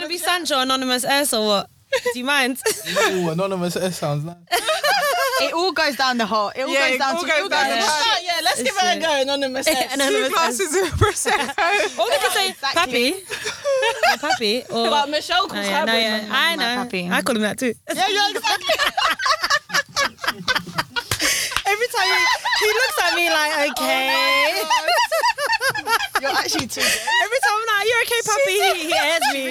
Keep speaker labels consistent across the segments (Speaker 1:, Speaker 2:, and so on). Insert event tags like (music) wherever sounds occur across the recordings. Speaker 1: to be Sancho Anonymous S or (laughs) what? Do you mind?
Speaker 2: Ooh, anonymous S sounds nice.
Speaker 3: It all goes down the hole. It all
Speaker 4: Yeah,
Speaker 3: goes
Speaker 4: it
Speaker 3: down
Speaker 4: all
Speaker 3: to
Speaker 4: goes
Speaker 3: it all
Speaker 4: down
Speaker 3: goes
Speaker 4: the
Speaker 3: down
Speaker 4: hole.
Speaker 1: yeah, let's give her a go, Anonymous S.
Speaker 4: Two
Speaker 1: (laughs) Anonymous S.
Speaker 4: glasses of
Speaker 1: (laughs)
Speaker 4: prosecco.
Speaker 1: Or we could say
Speaker 4: (laughs)
Speaker 3: Exactly.
Speaker 1: Pappy. Pappy. Or,
Speaker 4: But Michelle
Speaker 1: No,
Speaker 4: calls
Speaker 1: yeah,
Speaker 4: her
Speaker 1: no,
Speaker 4: boyfriend
Speaker 1: yeah. I know.
Speaker 3: pappy.
Speaker 1: I call him that too.
Speaker 3: Yeah, yeah,
Speaker 1: (laughs)
Speaker 3: exactly.
Speaker 1: Every time he, he looks at me like, okay.
Speaker 3: You're actually too good.
Speaker 1: Every time I'm like, you're okay, Pappy. He, he airs (laughs) me.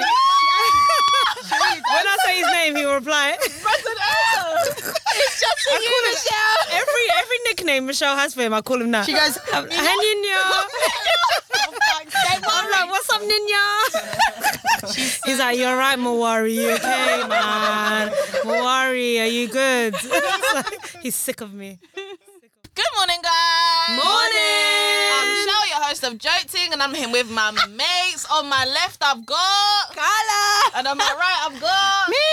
Speaker 1: when I say his name, he will reply. (laughs)
Speaker 3: It's just for you, Michelle.
Speaker 1: Every every nickname Michelle has for him, I call him that.
Speaker 3: She goes, "Um,
Speaker 1: I'm like, hey, (laughs) Nino. Oh I'm like, what's up, Nino? (laughs) He's like, you're right, Mawari. You okay, (laughs) man? Mawari, are you good? (laughs) It's like, he's sick of me.
Speaker 4: Good morning, guys. I'm
Speaker 1: Morning.
Speaker 4: Michelle, your host of Joking, and I'm here with my mates. On my left, I've got Carla, and on my right, I've got me,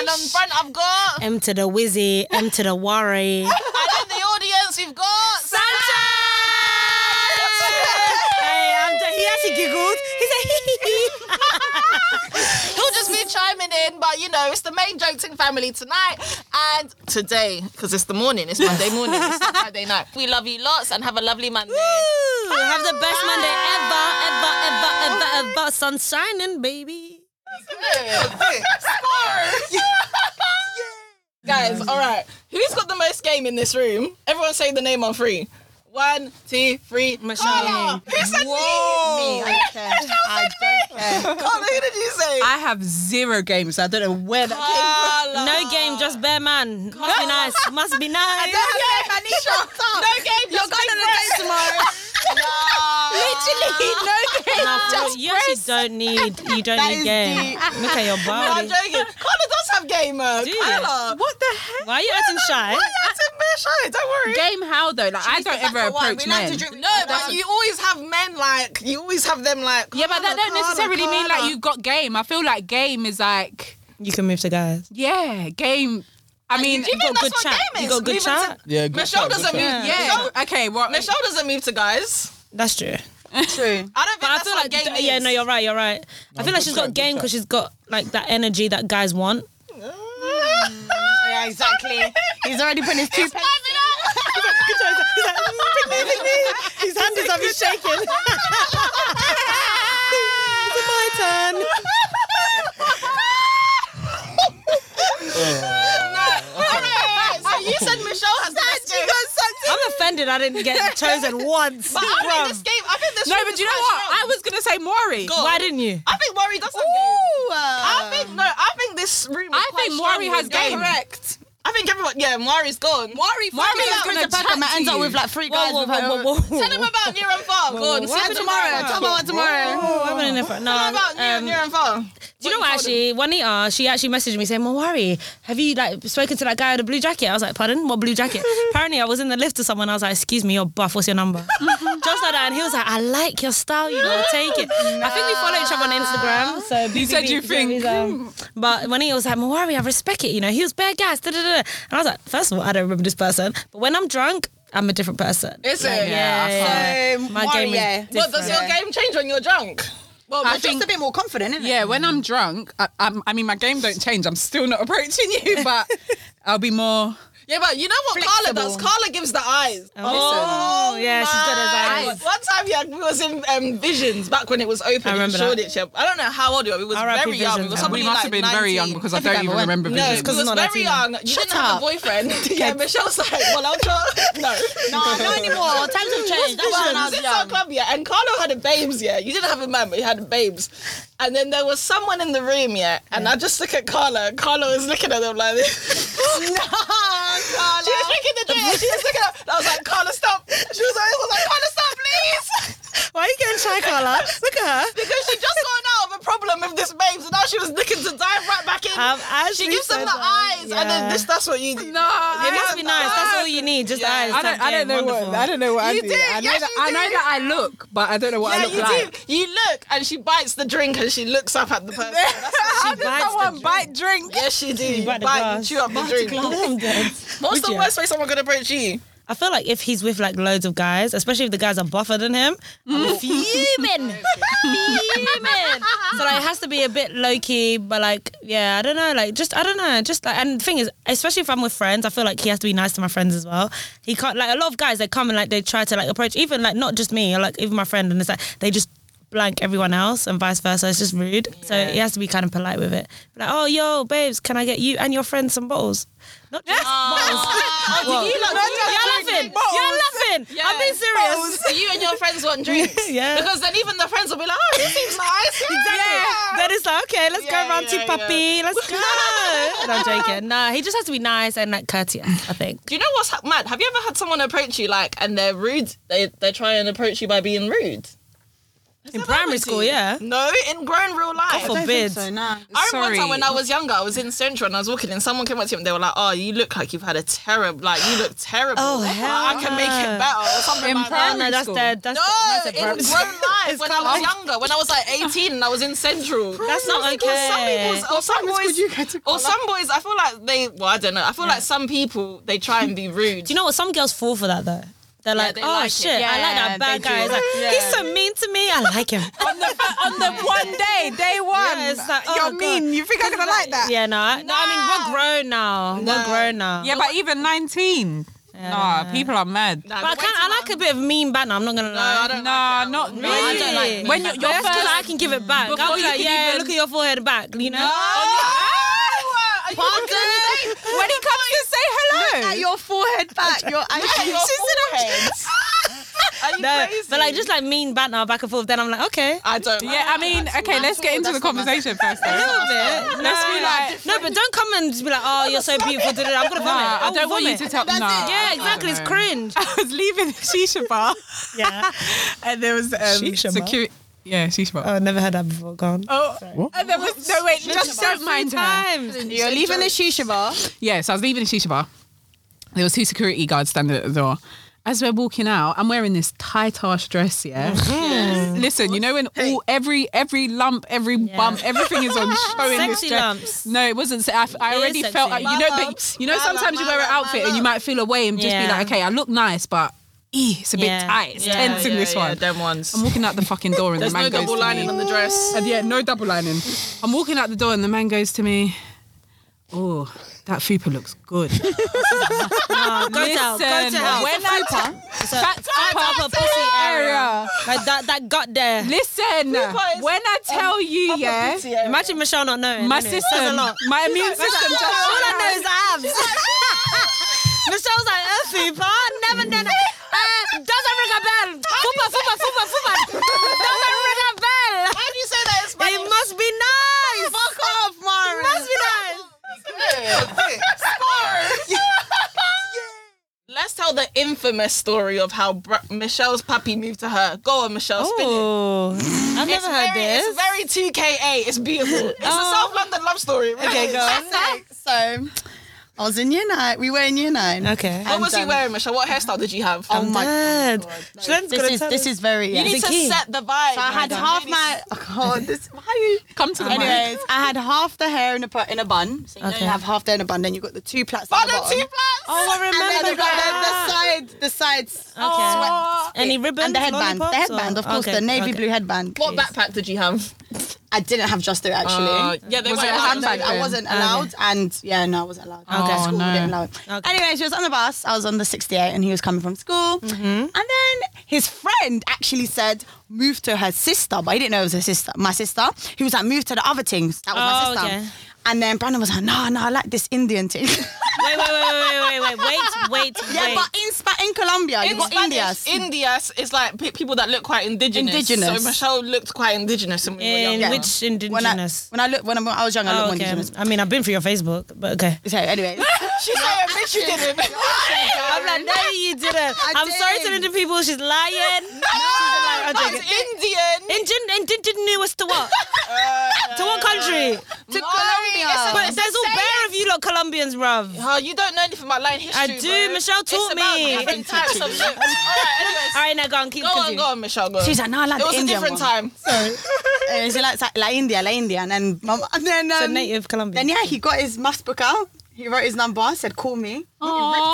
Speaker 4: and on front, I've got,
Speaker 1: (laughs) M to the Wizzy, M to the Worry.
Speaker 4: and in the audience, we've got
Speaker 1: hey, I'm done. He actually giggled. He said, hee hee hee.
Speaker 4: He'll just be chiming in, but you know, it's the main Joking family tonight and today, because it's the morning, it's Monday morning, it's not Friday night. We love you lots and have a lovely Monday.
Speaker 1: Woo! Have the best Monday ever, ever, ever, ever, ever. Sun shining, baby.
Speaker 4: (laughs) Guys, all right. Who's got the most game in this room? Everyone say the name on three. One, two, three.
Speaker 1: Michelle.
Speaker 4: Carla. Who said
Speaker 3: Me, I don't care. I don't care.
Speaker 4: me? (laughs) Carla, who did you say?
Speaker 5: I have zero games. I don't know where that came
Speaker 4: Carla.
Speaker 1: No game, just bare man. Must be nice. Must
Speaker 4: (laughs)
Speaker 1: be nice.
Speaker 4: No game. You're going on a date tomorrow. (laughs)
Speaker 3: Literally, no game.
Speaker 1: Nah, for real, you actually don't need. You don't
Speaker 3: That
Speaker 1: need
Speaker 3: is
Speaker 1: game. Look at your
Speaker 4: No, I'm
Speaker 1: body.
Speaker 4: joking. Carla does have game. Uh,
Speaker 1: Do you?
Speaker 4: Carla.
Speaker 5: What the heck?
Speaker 1: Why are you acting shy?
Speaker 4: That's in bare shy. Don't worry.
Speaker 5: Game how though? Like I don't ever approach men.
Speaker 4: No, but you always have men like you always have them like.
Speaker 5: yeah, but that
Speaker 4: "Carla,
Speaker 5: don't necessarily
Speaker 4: Carla,
Speaker 5: mean like you got game. I feel like game is like
Speaker 1: You can move to guys.
Speaker 5: yeah, game. I mean,
Speaker 4: do you
Speaker 1: You
Speaker 4: think
Speaker 1: got
Speaker 4: that's
Speaker 1: good
Speaker 4: what
Speaker 1: chat.
Speaker 4: game
Speaker 1: You
Speaker 4: is?
Speaker 1: got good
Speaker 4: Moving to-
Speaker 1: chat.
Speaker 2: Yeah, good
Speaker 4: Michelle
Speaker 2: shout, good
Speaker 4: doesn't
Speaker 2: shout.
Speaker 4: mean
Speaker 5: yeah. Okay, well,
Speaker 4: Michelle doesn't move to guys.
Speaker 1: That's true.
Speaker 4: I
Speaker 3: True.
Speaker 4: don't think
Speaker 1: But I
Speaker 4: that's
Speaker 1: feel
Speaker 4: what
Speaker 1: like
Speaker 4: game is.
Speaker 1: yeah, no, (laughs) you're right, you're right. I feel like she's got game because she's got like that energy that guys want.
Speaker 3: Yeah, exactly. He's already putting his two pence.
Speaker 1: His hand is always shaking. it's my turn.
Speaker 4: Alright, so you said Michelle has the best game.
Speaker 1: I'm offended. I didn't get chosen once.
Speaker 4: But I
Speaker 1: Bruv.
Speaker 4: think this game. I think this.
Speaker 5: no,
Speaker 4: room
Speaker 5: but
Speaker 4: is
Speaker 5: you know
Speaker 4: quite
Speaker 5: what?
Speaker 4: strong.
Speaker 5: I was gonna say Maury.
Speaker 4: Go.
Speaker 1: Why didn't you?
Speaker 4: I think Maury does have game.
Speaker 1: Uh,
Speaker 4: I think no. I think this room. Is
Speaker 5: I
Speaker 4: quite
Speaker 5: think Maury
Speaker 4: strong
Speaker 5: has
Speaker 4: with
Speaker 5: game.
Speaker 4: Correct. I think everyone. Yeah, Maury's gone. Maury.
Speaker 5: Maury is gonna
Speaker 3: Pack
Speaker 5: chat
Speaker 3: him
Speaker 5: to
Speaker 3: ends up
Speaker 5: you.
Speaker 3: with like three
Speaker 1: Whoa,
Speaker 3: guys.
Speaker 1: whoa,
Speaker 3: with
Speaker 1: whoa,
Speaker 3: her.
Speaker 1: whoa, whoa, whoa.
Speaker 4: Tell them about near and far. Go on.
Speaker 1: Whoa,
Speaker 4: See
Speaker 3: Yeah,
Speaker 4: them
Speaker 3: tomorrow. Tell me about tomorrow.
Speaker 1: What happened in the front? No,
Speaker 4: Tell them about near
Speaker 1: um,
Speaker 4: and near and far.
Speaker 1: Do you know what? Actually, Juanita, she actually messaged me saying, "Mawari, have you like spoken to that guy with the blue jacket?" I was like, "Pardon? What blue
Speaker 5: (laughs)
Speaker 1: jacket?" Apparently, I was in the lift to someone. I was like, "Excuse me, you're buff. What's your
Speaker 5: (laughs)
Speaker 1: number?" Just like that, and he was like, "I like your style. You know, take it." I think we follow each other on Instagram. So
Speaker 5: You said you
Speaker 1: BTB,
Speaker 5: think.
Speaker 1: um, but when he was like, "Mawari, I respect it," you know, he was bare gas. Da, da, da. And I was like, first of all, I don't remember this person, but when I'm drunk, I'm a different person."
Speaker 4: Is
Speaker 1: Like,
Speaker 4: it?
Speaker 1: yeah, yeah.
Speaker 3: So,
Speaker 1: my game is
Speaker 3: Maury, Um, yeah.
Speaker 4: What does
Speaker 1: different.
Speaker 4: your game change when you're drunk?
Speaker 3: Well,
Speaker 5: I
Speaker 3: we're just
Speaker 5: think-
Speaker 3: a bit more confident, isn't it?
Speaker 5: Yeah, when I'm drunk, I, I'm, I mean, my game don't change. I'm still not (laughs) approaching you, but I'll be more.
Speaker 4: Yeah, but you know what Carla does?
Speaker 3: Flexible.
Speaker 4: Carla gives the eyes.
Speaker 1: Oh, yeah, she's got
Speaker 4: my
Speaker 1: those eyes.
Speaker 4: God. One time yeah, we was in um, Visions back when it was open
Speaker 1: I
Speaker 4: in
Speaker 1: remember that.
Speaker 4: Shoreditch. yeah. I don't know how old you were. We was
Speaker 1: RIP
Speaker 4: very young. We
Speaker 1: Visions,
Speaker 4: was
Speaker 1: yeah.
Speaker 4: somebody
Speaker 5: we must
Speaker 4: like
Speaker 5: have been very
Speaker 4: 19.
Speaker 5: young because I, don't even remember
Speaker 4: No,
Speaker 5: visions.
Speaker 4: we was
Speaker 1: not
Speaker 4: very
Speaker 1: Latina.
Speaker 4: young. You didn't have a
Speaker 3: (laughs)
Speaker 4: boyfriend. (laughs) yeah, Michelle's like, well, I'll try. (laughs) No.
Speaker 3: No,
Speaker 4: (laughs)
Speaker 3: not anymore. Times have changed. That's why when I was
Speaker 4: Since our
Speaker 3: young.
Speaker 4: club, yeah, and Carlo had a babes, yeah. You didn't have a man, but you had babes. And then there was someone in the room, yeah, and I just look at Carla, and Carla was looking at them like
Speaker 3: (laughs)
Speaker 4: this. (laughs) no, Carla. She was looking at them, she was looking at them. I was like, Carla, stop. She was like, I was like, Carla, stop, please. (laughs)
Speaker 1: Why are you getting shy, Carla? Look at her.
Speaker 4: Because she just got out of a problem with this babes, and now she was looking to dive right back in.
Speaker 1: I've actually
Speaker 4: she gives them
Speaker 1: said
Speaker 4: the
Speaker 1: that,
Speaker 4: eyes, and then
Speaker 1: yeah.
Speaker 4: this, that's what you do.
Speaker 1: It must be nice. That's all you need. Just eyes.
Speaker 5: Ah, I don't, I don't know what I don't know what
Speaker 4: You
Speaker 5: I do.
Speaker 4: did,
Speaker 5: I, know
Speaker 4: yes,
Speaker 5: that,
Speaker 4: you
Speaker 5: I know
Speaker 4: did.
Speaker 5: that I look, but I don't know what I
Speaker 4: Yeah,
Speaker 5: look
Speaker 4: you (laughs)
Speaker 5: like.
Speaker 4: do. You look, and she bites the drink, and she looks up at the
Speaker 5: (laughs)
Speaker 4: person.
Speaker 1: She bites the
Speaker 5: bite drink.
Speaker 4: yes, she do. You
Speaker 1: bite
Speaker 4: bite,
Speaker 1: the
Speaker 4: you
Speaker 1: glass.
Speaker 4: chew up the drink.
Speaker 1: I'm dead.
Speaker 4: What's
Speaker 1: Would
Speaker 4: the
Speaker 1: ya?
Speaker 4: worst way someone could approach you?
Speaker 1: I feel like if he's with like loads of guys, especially if the guys are buffer than him, I'm fuming, fuming. So like, it has to be a bit low key, but like, yeah, I don't know, like, just I don't know, just like, and the thing is, especially if I'm with friends, I feel like he has to be nice to my friends as well. He can't like a lot of guys they come and like they try to like approach even like not just me, like even my friend, and it's like they just blank everyone else and vice versa. It's just rude. So he has to be kind of polite with it. Like, oh yo, babes, can I get you and your friends some bottles? Not just bottles.
Speaker 4: Oh, did you lot-
Speaker 1: You're laughing. You're laughing. I'm being serious.
Speaker 4: So you and your friends want drinks.
Speaker 1: Yeah.
Speaker 4: Because then even the friends will be like, oh, this seems nice.
Speaker 1: Exactly. Then it's like, okay, let's
Speaker 4: Yeah,
Speaker 1: go round
Speaker 4: yeah,
Speaker 1: to puppy. Let's go. no, I'm joking. Nah, he just has to be nice and like courteous, I think.
Speaker 4: Do you know what's ha- mad? Have you ever had someone approach you like, and they're rude? They they try and approach you by being rude.
Speaker 1: In primary school, yeah.
Speaker 4: No, in grown real life.
Speaker 1: For forbid.
Speaker 5: no.
Speaker 4: I remember one time when I was younger, I was in Central and I was walking, and someone came up to me and they were like, "Oh, you look like you've had a terrible, like you look terrible.
Speaker 1: Oh,
Speaker 4: Like,
Speaker 1: hell
Speaker 4: I can make
Speaker 1: no.
Speaker 4: it better or something
Speaker 5: In
Speaker 4: like that."
Speaker 1: no,
Speaker 5: primary
Speaker 1: that's
Speaker 5: school.
Speaker 1: their, that's,
Speaker 4: No,
Speaker 1: that's
Speaker 4: in
Speaker 1: their
Speaker 4: grown
Speaker 1: primary
Speaker 4: life when I was younger, when I was like 18 and I was in Central.
Speaker 1: That's not
Speaker 4: Some people's-
Speaker 1: okay.
Speaker 4: Some people's, or some boys,
Speaker 5: you go to
Speaker 4: or some boys, I feel like they. Well, I don't know. I feel like some people they try and be rude.
Speaker 1: Do you know what? Some girls fall for that though. They're like,
Speaker 4: they
Speaker 1: oh
Speaker 4: like it.
Speaker 1: shit, I like
Speaker 5: Yeah,
Speaker 1: that bad
Speaker 5: they
Speaker 1: guy.
Speaker 5: do.
Speaker 1: It's like,
Speaker 5: Yeah.
Speaker 1: He's so mean to me. I like him.
Speaker 5: on the on the one day, day one.
Speaker 1: Yeah, it's like, oh
Speaker 5: You're
Speaker 1: my
Speaker 5: mean. You think I'm gonna like that?
Speaker 1: yeah, no, I, no. I mean, we're grown now. We're grown now.
Speaker 5: Yeah, but even 19. Nah, people are mad.
Speaker 4: Nah,
Speaker 1: But I,
Speaker 4: the
Speaker 1: can,
Speaker 4: way
Speaker 1: I like a bit of mean banter. I'm not gonna lie.
Speaker 4: I don't
Speaker 5: Nah, not really.
Speaker 1: No, I don't like mean
Speaker 5: when
Speaker 1: banter.
Speaker 5: you're,
Speaker 1: But
Speaker 5: your
Speaker 1: that's 'cause
Speaker 5: first.
Speaker 1: I can give it back.
Speaker 5: Before
Speaker 1: I'll be
Speaker 5: you
Speaker 1: like,
Speaker 5: can
Speaker 1: yeah,
Speaker 5: even-
Speaker 1: look at your forehead back. You know.
Speaker 5: Oh, when he comes to say hello.
Speaker 3: At your forehead back, (laughs) your eyes.
Speaker 4: your forehead. Are you
Speaker 1: No,
Speaker 4: crazy?
Speaker 1: but like just like mean banter back and forth. Then I'm like, okay.
Speaker 4: I don't.
Speaker 5: yeah, I mean, okay, let's get into the conversation first.
Speaker 1: A
Speaker 5: Though.
Speaker 1: little bit.
Speaker 5: Let's be like,
Speaker 1: No, but don't come and just be like, oh, you're so beautiful. da, da, da. I'm gonna vomit.
Speaker 5: nah, I
Speaker 1: will
Speaker 5: don't want you
Speaker 1: vomit.
Speaker 5: to tell. Oh, Nah,
Speaker 1: Yeah, exactly. It's cringe.
Speaker 5: (laughs) I was leaving the shisha bar.
Speaker 1: Yeah.
Speaker 5: and there was um,
Speaker 1: Shisha bar?
Speaker 5: security. Yeah, shisha bar.
Speaker 1: Oh, never heard that before. Go on.
Speaker 5: oh, and there was no wait. Just don't mind her.
Speaker 3: You're leaving the shisha bar.
Speaker 5: Yeah, so I was leaving the shisha bar. There was two security guards standing at the door. As we're walking out, I'm wearing this tight ass dress. Yeah,
Speaker 4: (laughs)
Speaker 5: listen, you know when all every every lump, every bump, everything
Speaker 1: (laughs)
Speaker 5: is on showing. this
Speaker 1: Sexy
Speaker 5: dress.
Speaker 1: lumps.
Speaker 5: No, it wasn't. se- I, I
Speaker 1: It is
Speaker 5: already
Speaker 1: sexy.
Speaker 5: felt like you know,
Speaker 4: My
Speaker 5: but
Speaker 4: lumps.
Speaker 5: you know,
Speaker 4: My
Speaker 5: sometimes
Speaker 4: lump,
Speaker 5: you
Speaker 4: my
Speaker 5: wear an
Speaker 4: lump, my
Speaker 5: outfit and you might feel away and just be
Speaker 1: Yeah.
Speaker 5: like, okay, I look nice, but eh, it's a bit
Speaker 1: Yeah.
Speaker 5: tight. It's
Speaker 1: Yeah,
Speaker 5: tense in this one.
Speaker 4: Them ones.
Speaker 5: I'm walking out the fucking door and
Speaker 4: There's
Speaker 5: the man
Speaker 4: no
Speaker 5: goes
Speaker 4: double
Speaker 5: to
Speaker 4: lining
Speaker 5: me.
Speaker 4: on the dress.
Speaker 5: And yeah, no double lining. I'm walking out the door and the man goes to me, Oh, that fupa looks good.
Speaker 1: (laughs) No, go to hell. Go to
Speaker 5: Listen,
Speaker 1: hell.
Speaker 5: When I
Speaker 1: It's a upper, upper pussy area.
Speaker 5: area.
Speaker 1: Like that, that gut there.
Speaker 5: Listen,
Speaker 4: Fupa is,
Speaker 5: when I tell you, yeah,
Speaker 1: Imagine Michelle not knowing.
Speaker 5: my
Speaker 1: innit? Says
Speaker 5: system,
Speaker 1: a lot.
Speaker 5: my immune system just
Speaker 1: All I know is abs. Michelle's like, Effie, but I never done it. Uh, doesn't ring a bell. Fupa, fupa, fupa, fupa. Doesn't ring a bell.
Speaker 4: Why do you say that in
Speaker 1: It
Speaker 4: Spanish?
Speaker 1: must be nice. Fuck off, Mara. Must be nice.
Speaker 4: (laughs) Let's tell the infamous story of how Br- Michelle's puppy moved to her. Go on, Michelle, spin it.
Speaker 1: Oh, I've never heard
Speaker 4: very,
Speaker 1: this. Oh.
Speaker 4: It's very 2KA. It's beautiful. It's a South London love story. it really
Speaker 1: Okay,
Speaker 4: is.
Speaker 1: go on.
Speaker 3: So, I was in year nine. We were in year nine.
Speaker 1: Okay.
Speaker 4: What was he
Speaker 3: I'm done.
Speaker 4: wearing, Michelle? What hairstyle did you have?
Speaker 3: Oh my
Speaker 1: Dad. Shannon's
Speaker 3: This
Speaker 1: gonna
Speaker 3: is
Speaker 1: tell
Speaker 3: this
Speaker 1: us.
Speaker 3: is very. Yeah.
Speaker 4: you need
Speaker 1: Um, the
Speaker 4: to
Speaker 1: key.
Speaker 4: set the vibe.
Speaker 3: I had half my. Oh God, this. Why are you?
Speaker 5: come to the mic.
Speaker 3: Anyways, I had half the hair in a bu- in a bun. So you know
Speaker 1: Okay.
Speaker 3: you have half the hair in a bun, then you got the two plaits. at
Speaker 4: But
Speaker 3: the
Speaker 4: the
Speaker 3: bottom.
Speaker 4: two flats.
Speaker 1: Oh, I remember
Speaker 3: And then you
Speaker 1: that.
Speaker 3: got the, the sides, the sides.
Speaker 1: Oh, Okay.
Speaker 3: sweat.
Speaker 1: Any ribbons,
Speaker 3: And the headband, the
Speaker 1: lollipops,
Speaker 3: headband,
Speaker 1: or-
Speaker 3: of course,
Speaker 1: okay,
Speaker 3: the navy
Speaker 1: okay.
Speaker 3: blue headband.
Speaker 4: What backpack did you have?
Speaker 3: I didn't have just it actually.
Speaker 4: Uh, yeah, they
Speaker 5: Was
Speaker 4: were
Speaker 5: it a
Speaker 4: like-
Speaker 5: handbag
Speaker 3: I
Speaker 5: then?
Speaker 3: wasn't allowed, and yeah, no, I wasn't allowed.
Speaker 5: Okay.
Speaker 3: school
Speaker 5: Oh,
Speaker 3: didn't
Speaker 5: no.
Speaker 3: allow it.
Speaker 1: Okay.
Speaker 3: Anyway, she was on the bus. I was on the 68, and he was coming from school. And then his friend actually said, "Move to her sister," but I didn't know it was her sister. My sister. He was like, "Move to the other things." That was
Speaker 1: Oh,
Speaker 3: my sister.
Speaker 1: okay.
Speaker 3: And then Brandon was like, "No, no, I like this Indian thing."
Speaker 1: Wait, wait, wait, wait, wait, wait, wait, wait, wait.
Speaker 3: (laughs) yeah, but in Spa- in Colombia, you
Speaker 4: In
Speaker 3: got
Speaker 4: Spanish,
Speaker 3: Indias.
Speaker 4: Indias is like pe- people that look quite indigenous.
Speaker 3: Indigenous.
Speaker 4: So Michelle looked quite indigenous when we were
Speaker 1: in
Speaker 4: younger.
Speaker 1: which
Speaker 3: when I,
Speaker 1: indigenous?
Speaker 3: when I look when I, when I was young, I
Speaker 1: Oh,
Speaker 3: looked more
Speaker 1: okay.
Speaker 3: indigenous.
Speaker 1: I mean, I've been through your Facebook, but okay.
Speaker 3: So anyway, (laughs)
Speaker 4: She's like, I bet you didn't. (laughs)
Speaker 1: I'm like, no, you didn't. I'm sorry to the Indian people. She's lying.
Speaker 4: no,
Speaker 1: I'll
Speaker 4: that's
Speaker 1: take
Speaker 4: Indian.
Speaker 1: Indian, indigenous to what? to what country?
Speaker 4: To
Speaker 3: Colombia.
Speaker 1: But there's all bare of you lot Colombians, bruv.
Speaker 4: Oh, you don't know anything about Latin history.
Speaker 1: I do.
Speaker 4: bro.
Speaker 1: Michelle taught
Speaker 4: it's about
Speaker 1: me.
Speaker 4: Different types of looks. All right,
Speaker 1: All
Speaker 3: (laughs)
Speaker 4: anyways.
Speaker 1: right, now go on, keep
Speaker 4: Go on,
Speaker 1: continue.
Speaker 4: go on, Michelle. Go. on.
Speaker 3: she's like, "No, I
Speaker 4: it
Speaker 3: like the
Speaker 4: was a
Speaker 3: Indian
Speaker 4: different
Speaker 3: one."
Speaker 4: time.
Speaker 3: Uh, so like, like, like India, like India, and then mum, and then um,
Speaker 1: It's a native Colombian.
Speaker 3: Then yeah, he got his maths book out. He wrote his number, said call me. He ripped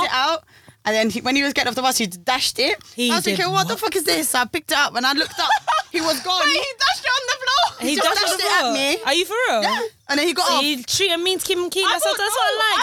Speaker 3: it out, And then he, when he was getting off the bus, he dashed it.
Speaker 1: He
Speaker 3: I was
Speaker 1: did
Speaker 3: thinking, what, the fuck is this? So I picked it up and I looked up. He was
Speaker 1: (laughs)
Speaker 3: gone. he dashed it on the floor.
Speaker 1: He dashed it
Speaker 3: at
Speaker 1: at
Speaker 3: me.
Speaker 1: Are you for real?
Speaker 3: Yeah. And then he got off.
Speaker 1: See, treating means Kim Key. That's,
Speaker 4: thought-
Speaker 1: what- that's
Speaker 3: oh,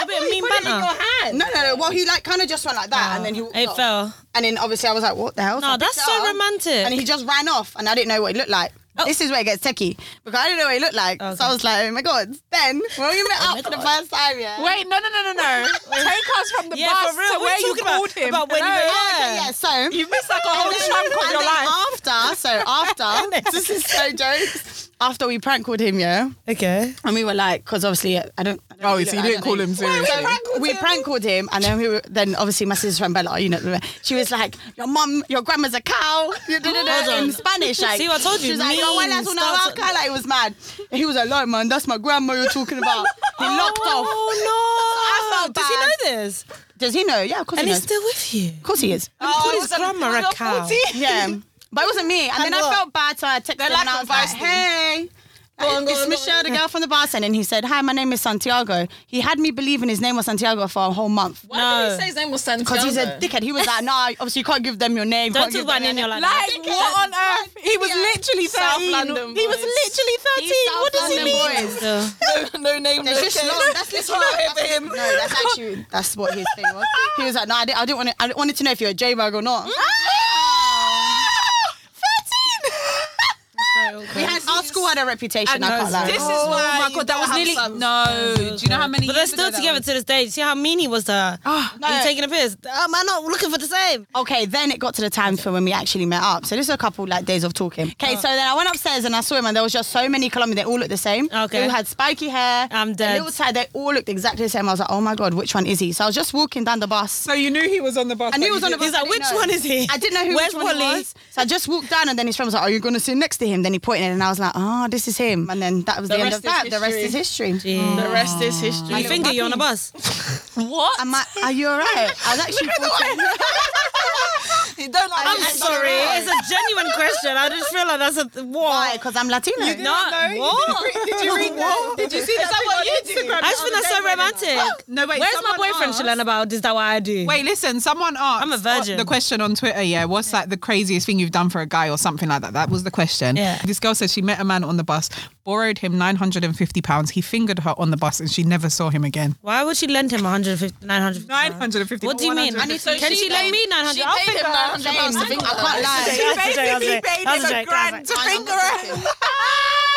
Speaker 1: what I like.
Speaker 4: no,
Speaker 1: A bit of
Speaker 4: thought
Speaker 1: mean
Speaker 4: you put it in
Speaker 1: banter.
Speaker 4: your hand.
Speaker 3: No, no, no. Well, he like kind of just went like that, and then he walked
Speaker 1: It
Speaker 3: off.
Speaker 1: fell.
Speaker 3: And then obviously I was like, "What the hell?"
Speaker 1: No,
Speaker 3: I picked
Speaker 1: that's
Speaker 3: it
Speaker 1: so
Speaker 3: up,
Speaker 1: romantic.
Speaker 3: And he just ran off, and I didn't know what he looked like.
Speaker 1: Oh.
Speaker 3: This is where it gets techie because I didn't know what he looked like. So I was like, "Oh my god!" Then when
Speaker 5: (laughs)
Speaker 3: we met up for the first time, yeah.
Speaker 5: Oh Wait, no, no, no, no, no.
Speaker 1: (laughs)
Speaker 5: Take us from the
Speaker 1: Yeah,
Speaker 5: bus
Speaker 1: for real.
Speaker 5: to
Speaker 1: What
Speaker 5: where
Speaker 1: you
Speaker 5: you
Speaker 1: talking about?
Speaker 5: called him.
Speaker 1: About when you
Speaker 5: Hello?
Speaker 1: were-
Speaker 3: Oh, okay,
Speaker 1: Yeah.
Speaker 3: yeah. So
Speaker 5: (laughs) You've missed like a
Speaker 1: (laughs)
Speaker 5: whole time of
Speaker 3: and
Speaker 5: your
Speaker 3: then
Speaker 5: life.
Speaker 3: after, so
Speaker 5: (laughs)
Speaker 3: after this is so jokes. After we prank called him, yeah,
Speaker 1: Okay.
Speaker 3: and we were like, because obviously uh, I don't. I don't
Speaker 5: Oh,
Speaker 3: really
Speaker 5: so
Speaker 3: look- I
Speaker 5: you didn't
Speaker 3: don't
Speaker 5: call
Speaker 3: know.
Speaker 5: him seriously.
Speaker 3: we prank called him, and then we were, then obviously my sister's friend Bella, you know, she was like, "Your mum, your grandma's a cow." (laughs) You da- da- da-
Speaker 1: Hold on.
Speaker 3: in Spanish, like,
Speaker 1: See, I told you,
Speaker 3: She was like, "Your
Speaker 1: mean
Speaker 3: abuela's una
Speaker 1: starts-
Speaker 3: vaca," like it was mad. And he was like, "No, man, that's my grandma you're talking about." (laughs) He locked off.
Speaker 1: Oh
Speaker 3: So I felt
Speaker 1: no! Does he
Speaker 3: bad.
Speaker 1: know this?
Speaker 3: Does he know? Yeah, of course
Speaker 1: And
Speaker 3: he
Speaker 1: he's
Speaker 3: knows.
Speaker 1: still with you.
Speaker 3: of course he is.
Speaker 4: it
Speaker 1: Oh, called his
Speaker 4: was a-
Speaker 1: grandma
Speaker 4: it
Speaker 1: a
Speaker 4: was a
Speaker 1: cow.
Speaker 4: booty.
Speaker 3: (laughs) Yeah, but it wasn't me. And,
Speaker 4: And
Speaker 3: then I
Speaker 4: what?
Speaker 3: felt bad, so I texted him
Speaker 4: like
Speaker 3: and I was like,
Speaker 4: advised him.
Speaker 3: "Hey."
Speaker 4: Go on, go on,
Speaker 3: it's
Speaker 4: go on,
Speaker 3: Michelle,
Speaker 4: (laughs) go on.
Speaker 3: the girl from the bar, and he said, "Hi, my name is Santiago." He had me believing his name was Santiago for a whole month.
Speaker 4: Why
Speaker 1: No.
Speaker 4: did he say his name was Santiago?
Speaker 3: Because he's a dickhead. He was like, nah, obviously you can't give them your name.
Speaker 1: Don't talk
Speaker 3: can't give
Speaker 1: about
Speaker 3: them
Speaker 1: Nino like that.
Speaker 3: (laughs)
Speaker 5: Like what on earth? He was literally
Speaker 4: South
Speaker 5: thirteen.
Speaker 4: London
Speaker 5: he was
Speaker 4: boys.
Speaker 5: literally
Speaker 3: He's
Speaker 5: thirteen.
Speaker 3: South
Speaker 5: What does he
Speaker 3: London
Speaker 5: mean?
Speaker 3: boys.
Speaker 1: So,
Speaker 4: no, no name, no
Speaker 3: It's just
Speaker 4: shame.
Speaker 3: no, that's
Speaker 4: It's
Speaker 3: literally
Speaker 4: not
Speaker 3: that's,
Speaker 4: him.
Speaker 3: No, that's
Speaker 4: (laughs)
Speaker 3: actually that's what his thing was. He was like, no, I didn't, I didn't want to. I didn't- wanted to know if you're a J bag or not.
Speaker 4: Ah!
Speaker 3: (laughs) We had, our school had a reputation. I can't lie.
Speaker 4: This is
Speaker 5: Oh
Speaker 4: why.
Speaker 5: my
Speaker 4: you
Speaker 5: god, that
Speaker 4: don't
Speaker 5: was
Speaker 4: have
Speaker 5: nearly
Speaker 4: sons.
Speaker 5: no. Do you know how many?
Speaker 1: but they're
Speaker 5: years ago
Speaker 1: still
Speaker 5: that
Speaker 1: together
Speaker 5: was?
Speaker 1: to this day. See how mean he was there?
Speaker 5: Ah.
Speaker 1: Are you taking a piss? Am I not looking for the same?
Speaker 3: Okay, then it got to the time for when we actually met up. So this is a couple like days of talking. Okay,
Speaker 1: Uh.
Speaker 3: so then I went upstairs and I saw him, and there was just so many colours. They all looked the same.
Speaker 1: Okay.
Speaker 3: they all had spiky hair.
Speaker 1: I'm
Speaker 3: the
Speaker 1: dead.
Speaker 3: Little tie. They all looked exactly the same. I was like, oh my god, which one is he? So I was just walking down the bus.
Speaker 5: So you knew he was on the bus.
Speaker 3: I knew
Speaker 5: but
Speaker 3: he was
Speaker 5: you
Speaker 3: on the bus.
Speaker 5: didn't-
Speaker 1: He's
Speaker 3: I
Speaker 1: like,
Speaker 3: didn't
Speaker 1: "Which
Speaker 3: know."
Speaker 1: one is he?
Speaker 3: I didn't know who
Speaker 1: Where's
Speaker 3: which one he
Speaker 1: Wally?
Speaker 3: was. So I just walked down, and then his friend was like, "Are you going to sit next to him?" Then he pointed, and I was like, "Oh, this is him." And then that was the,
Speaker 4: The
Speaker 3: end
Speaker 4: rest
Speaker 3: of that.
Speaker 4: is
Speaker 3: The rest
Speaker 4: history.
Speaker 3: is history.
Speaker 1: Mm.
Speaker 4: The rest is history.
Speaker 1: You finger you on a bus?
Speaker 5: What?
Speaker 3: Am I, are you all right? I was
Speaker 1: (laughs)
Speaker 3: actually. walking- (laughs)
Speaker 4: You don't like
Speaker 1: I'm sorry. It's a genuine question. I just feel like that's a
Speaker 3: Why?
Speaker 1: what?
Speaker 3: Because I'm Latina.
Speaker 1: Not
Speaker 5: (laughs)
Speaker 1: what?
Speaker 5: Did you read that? Did you see that? thing on Instagram?
Speaker 1: I just think that's so romantic.
Speaker 5: No, wait.
Speaker 1: Where's my
Speaker 5: someone
Speaker 1: boyfriend,
Speaker 5: asked-
Speaker 1: Shalana? About is that what I do?
Speaker 5: Wait, listen. Someone asked.
Speaker 1: I'm a virgin.
Speaker 5: The question on Twitter, yeah, what's like the craziest thing you've done for a guy or something like that? That was the question.
Speaker 1: Yeah.
Speaker 5: This girl said she met a man on the bus, borrowed him 950 pounds. He fingered her on the bus, and she never saw him again.
Speaker 1: Why would she lend him 150, 950?
Speaker 5: 950.
Speaker 1: What do you mean?
Speaker 5: 150.
Speaker 4: So
Speaker 1: Can she,
Speaker 4: she
Speaker 1: lend
Speaker 4: paid-
Speaker 1: me 900?
Speaker 4: She
Speaker 1: I'll
Speaker 4: paid
Speaker 1: figure
Speaker 4: him
Speaker 1: it out.
Speaker 4: 900 pounds to
Speaker 3: Shame.
Speaker 4: finger
Speaker 3: I
Speaker 4: her.
Speaker 3: can't lie. (laughs)
Speaker 1: That's
Speaker 5: She
Speaker 1: a joke, that's a
Speaker 5: basically
Speaker 1: joke.
Speaker 5: paid
Speaker 1: That's a
Speaker 5: him a
Speaker 1: joke, that's a
Speaker 5: grand to
Speaker 1: joke.
Speaker 5: finger
Speaker 1: (laughs)
Speaker 5: her.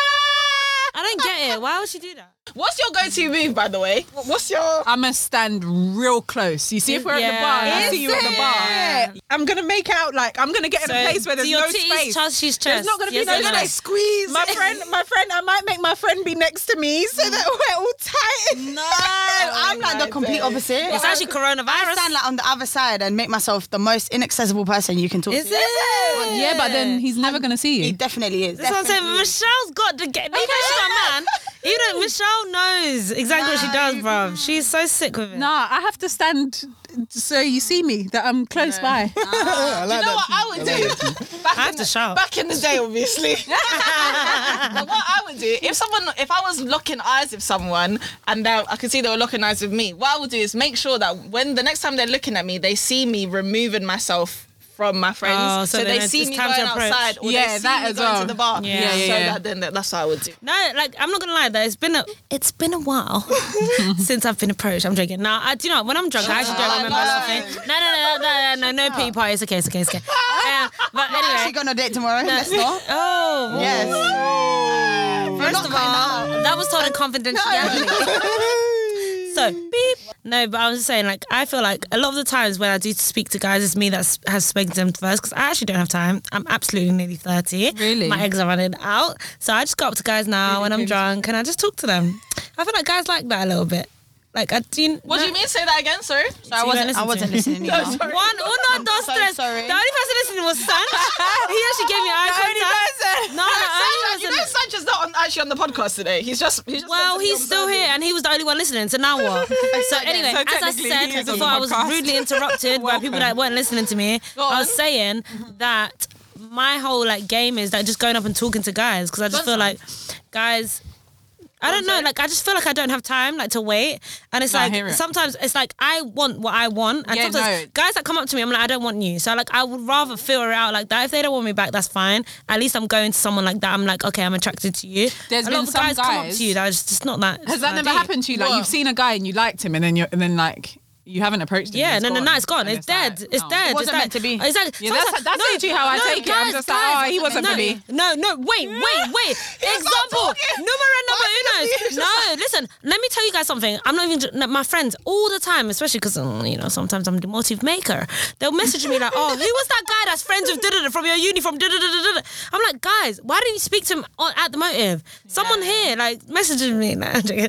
Speaker 1: I don't get it. Why would she do that?
Speaker 4: What's your go-to move, by the way? What's your?
Speaker 5: I'm gonna stand real close. You see, if we're at the bar, and
Speaker 1: Yeah.
Speaker 5: I see you at the bar. I'm gonna make out like I'm gonna get in a place where
Speaker 1: So
Speaker 5: there's
Speaker 1: your
Speaker 5: no
Speaker 1: titties,
Speaker 5: space.
Speaker 1: chest, she's chest.
Speaker 5: There's not gonna
Speaker 1: Yes
Speaker 5: be no
Speaker 1: or no?
Speaker 5: space. Squeeze. My friend, my friend, I might make my friend be next to me so that (laughs) we're all tight.
Speaker 3: No, I'm like the complete opposite.
Speaker 1: It's actually
Speaker 3: I stand
Speaker 1: coronavirus.
Speaker 3: like on the other side and make myself the most inaccessible person you can talk
Speaker 1: Is
Speaker 3: to.
Speaker 1: it?
Speaker 5: Yeah, but then he's never gonna see
Speaker 3: He
Speaker 5: you.
Speaker 3: definitely is.
Speaker 1: That's what I'm saying.
Speaker 3: definitely.
Speaker 1: Michelle's got the get. Even though she's not a man, even though Michelle knows exactly what she does, bruv. She's so sick with it.
Speaker 5: Nah, I have to stand so you see me that I'm close by.
Speaker 2: I like
Speaker 4: You know what I would do? (laughs) Back
Speaker 1: I have
Speaker 4: in
Speaker 1: to
Speaker 4: the-
Speaker 1: shout.
Speaker 4: Back in the day,
Speaker 1: (laughs)
Speaker 4: obviously. But what I would do if someone, if I was locking eyes with someone and they- I could see they were locking eyes with me, what I would do is make sure that when the next time they're looking at me, they see me removing myself from my friends,
Speaker 1: Oh, so
Speaker 4: so,
Speaker 1: then
Speaker 4: they
Speaker 1: it's-
Speaker 4: see
Speaker 1: it's
Speaker 4: me
Speaker 1: time
Speaker 4: going
Speaker 1: to approach.
Speaker 4: outside or
Speaker 5: Yeah,
Speaker 4: they see
Speaker 5: that
Speaker 4: me
Speaker 5: as
Speaker 4: going
Speaker 5: well.
Speaker 4: to the bar.
Speaker 1: Yeah.
Speaker 5: Yeah, yeah,
Speaker 4: so
Speaker 5: yeah.
Speaker 4: That, then that- that's what I would do.
Speaker 1: No, like I'm not gonna lie, that it's been a it's been a while since I've been approached. I'm joking. Now, I do you know when I'm drunk, I actually don't remember laughing. No, no, no, no, no, no, no pity party. It's okay, it's okay, it's okay. Uh, but
Speaker 3: She
Speaker 1: anyway,
Speaker 3: going on a date tomorrow.
Speaker 1: (laughs)
Speaker 3: Let's not.
Speaker 1: oh,
Speaker 3: Yes.
Speaker 1: first of all, that was told
Speaker 3: (laughs)
Speaker 1: in confidentiality. So beep. No, but I was just saying, like, I feel like a lot of the times when I do speak to guys, it's me that s- has spoken to them first because I actually don't have time. I'm absolutely nearly thirty.
Speaker 5: Really?
Speaker 1: my eggs are running out. So I just go up to guys now when I'm drunk and I just talk to them. I feel like guys like that a little bit. Like I do.
Speaker 4: What do you mean? Say that again, sorry.
Speaker 3: So I wasn't. I
Speaker 1: listen
Speaker 3: wasn't
Speaker 1: to (laughs)
Speaker 3: listening. either.
Speaker 1: One, oh, uno, dos,
Speaker 3: so
Speaker 1: tres.
Speaker 3: sorry.
Speaker 1: The only person listening was
Speaker 3: (laughs)
Speaker 1: San. he actually gave me eye contact.
Speaker 4: (laughs)
Speaker 1: No, the
Speaker 4: Sancho-
Speaker 1: only
Speaker 4: you
Speaker 1: person.
Speaker 4: know, Sancho's not on, actually on the podcast today. He's just he's just
Speaker 1: Well,
Speaker 4: meant to be
Speaker 1: he's still
Speaker 4: observing.
Speaker 1: here, and he was the only one listening. So now
Speaker 5: (laughs)
Speaker 1: what? so anyway,
Speaker 5: So
Speaker 1: as I
Speaker 5: technically, he
Speaker 1: said
Speaker 5: is on
Speaker 1: before,
Speaker 5: the
Speaker 1: I was
Speaker 5: podcast.
Speaker 1: rudely interrupted by people that weren't listening to me. I was saying
Speaker 5: Mm-hmm.
Speaker 1: that my whole like game is like just going up and talking to guys because I just feel like guys. I don't know. Like I just feel like I don't have time like to wait, and it's
Speaker 5: No, I
Speaker 1: like
Speaker 5: hear it.
Speaker 1: sometimes it's like I want what I want, and
Speaker 5: Yeah,
Speaker 1: sometimes
Speaker 5: no. Mm-hmm.
Speaker 1: guys that come up to me, I'm like I don't want you. So like I would rather figure it out like that. If they don't want me back, that's fine. At least I'm going to someone like that. I'm like okay, I'm attracted to you.
Speaker 5: There's
Speaker 1: a
Speaker 5: been
Speaker 1: lot of
Speaker 5: some
Speaker 1: guys, come up
Speaker 5: guys-
Speaker 1: to you that are just, just not that.
Speaker 5: (laughs) Has that never happened to you? Like
Speaker 4: What?
Speaker 5: you've seen a guy and you liked him, and then you are and then like you haven't approached him.
Speaker 1: Yeah,
Speaker 5: and
Speaker 1: no,
Speaker 5: he's
Speaker 1: no, no, it's gone.
Speaker 5: And
Speaker 1: It's, dead.
Speaker 5: like,
Speaker 1: it's
Speaker 5: oh.
Speaker 1: dead.
Speaker 3: wasn't
Speaker 1: it's like-
Speaker 3: meant to be.
Speaker 1: Exactly.
Speaker 5: Yeah, that's-
Speaker 1: Sometimes-
Speaker 5: that's literally how I take it. I'm just like, oh, he wasn't
Speaker 1: no,
Speaker 5: for me.
Speaker 1: No, no, wait, wait,
Speaker 5: (laughs)
Speaker 1: wait. Example. Numero number uno. No, listen. Let me tell you guys something. I'm not even j- no, my friends all the time, especially because you know sometimes I'm the motive maker. They'll message me like, oh, who was that guy that's friends with da from your uni from da da da da? I'm like, guys, why didn't you speak to him on, at the motive? Someone here like messaging me. (laughs) Nah, I'm joking.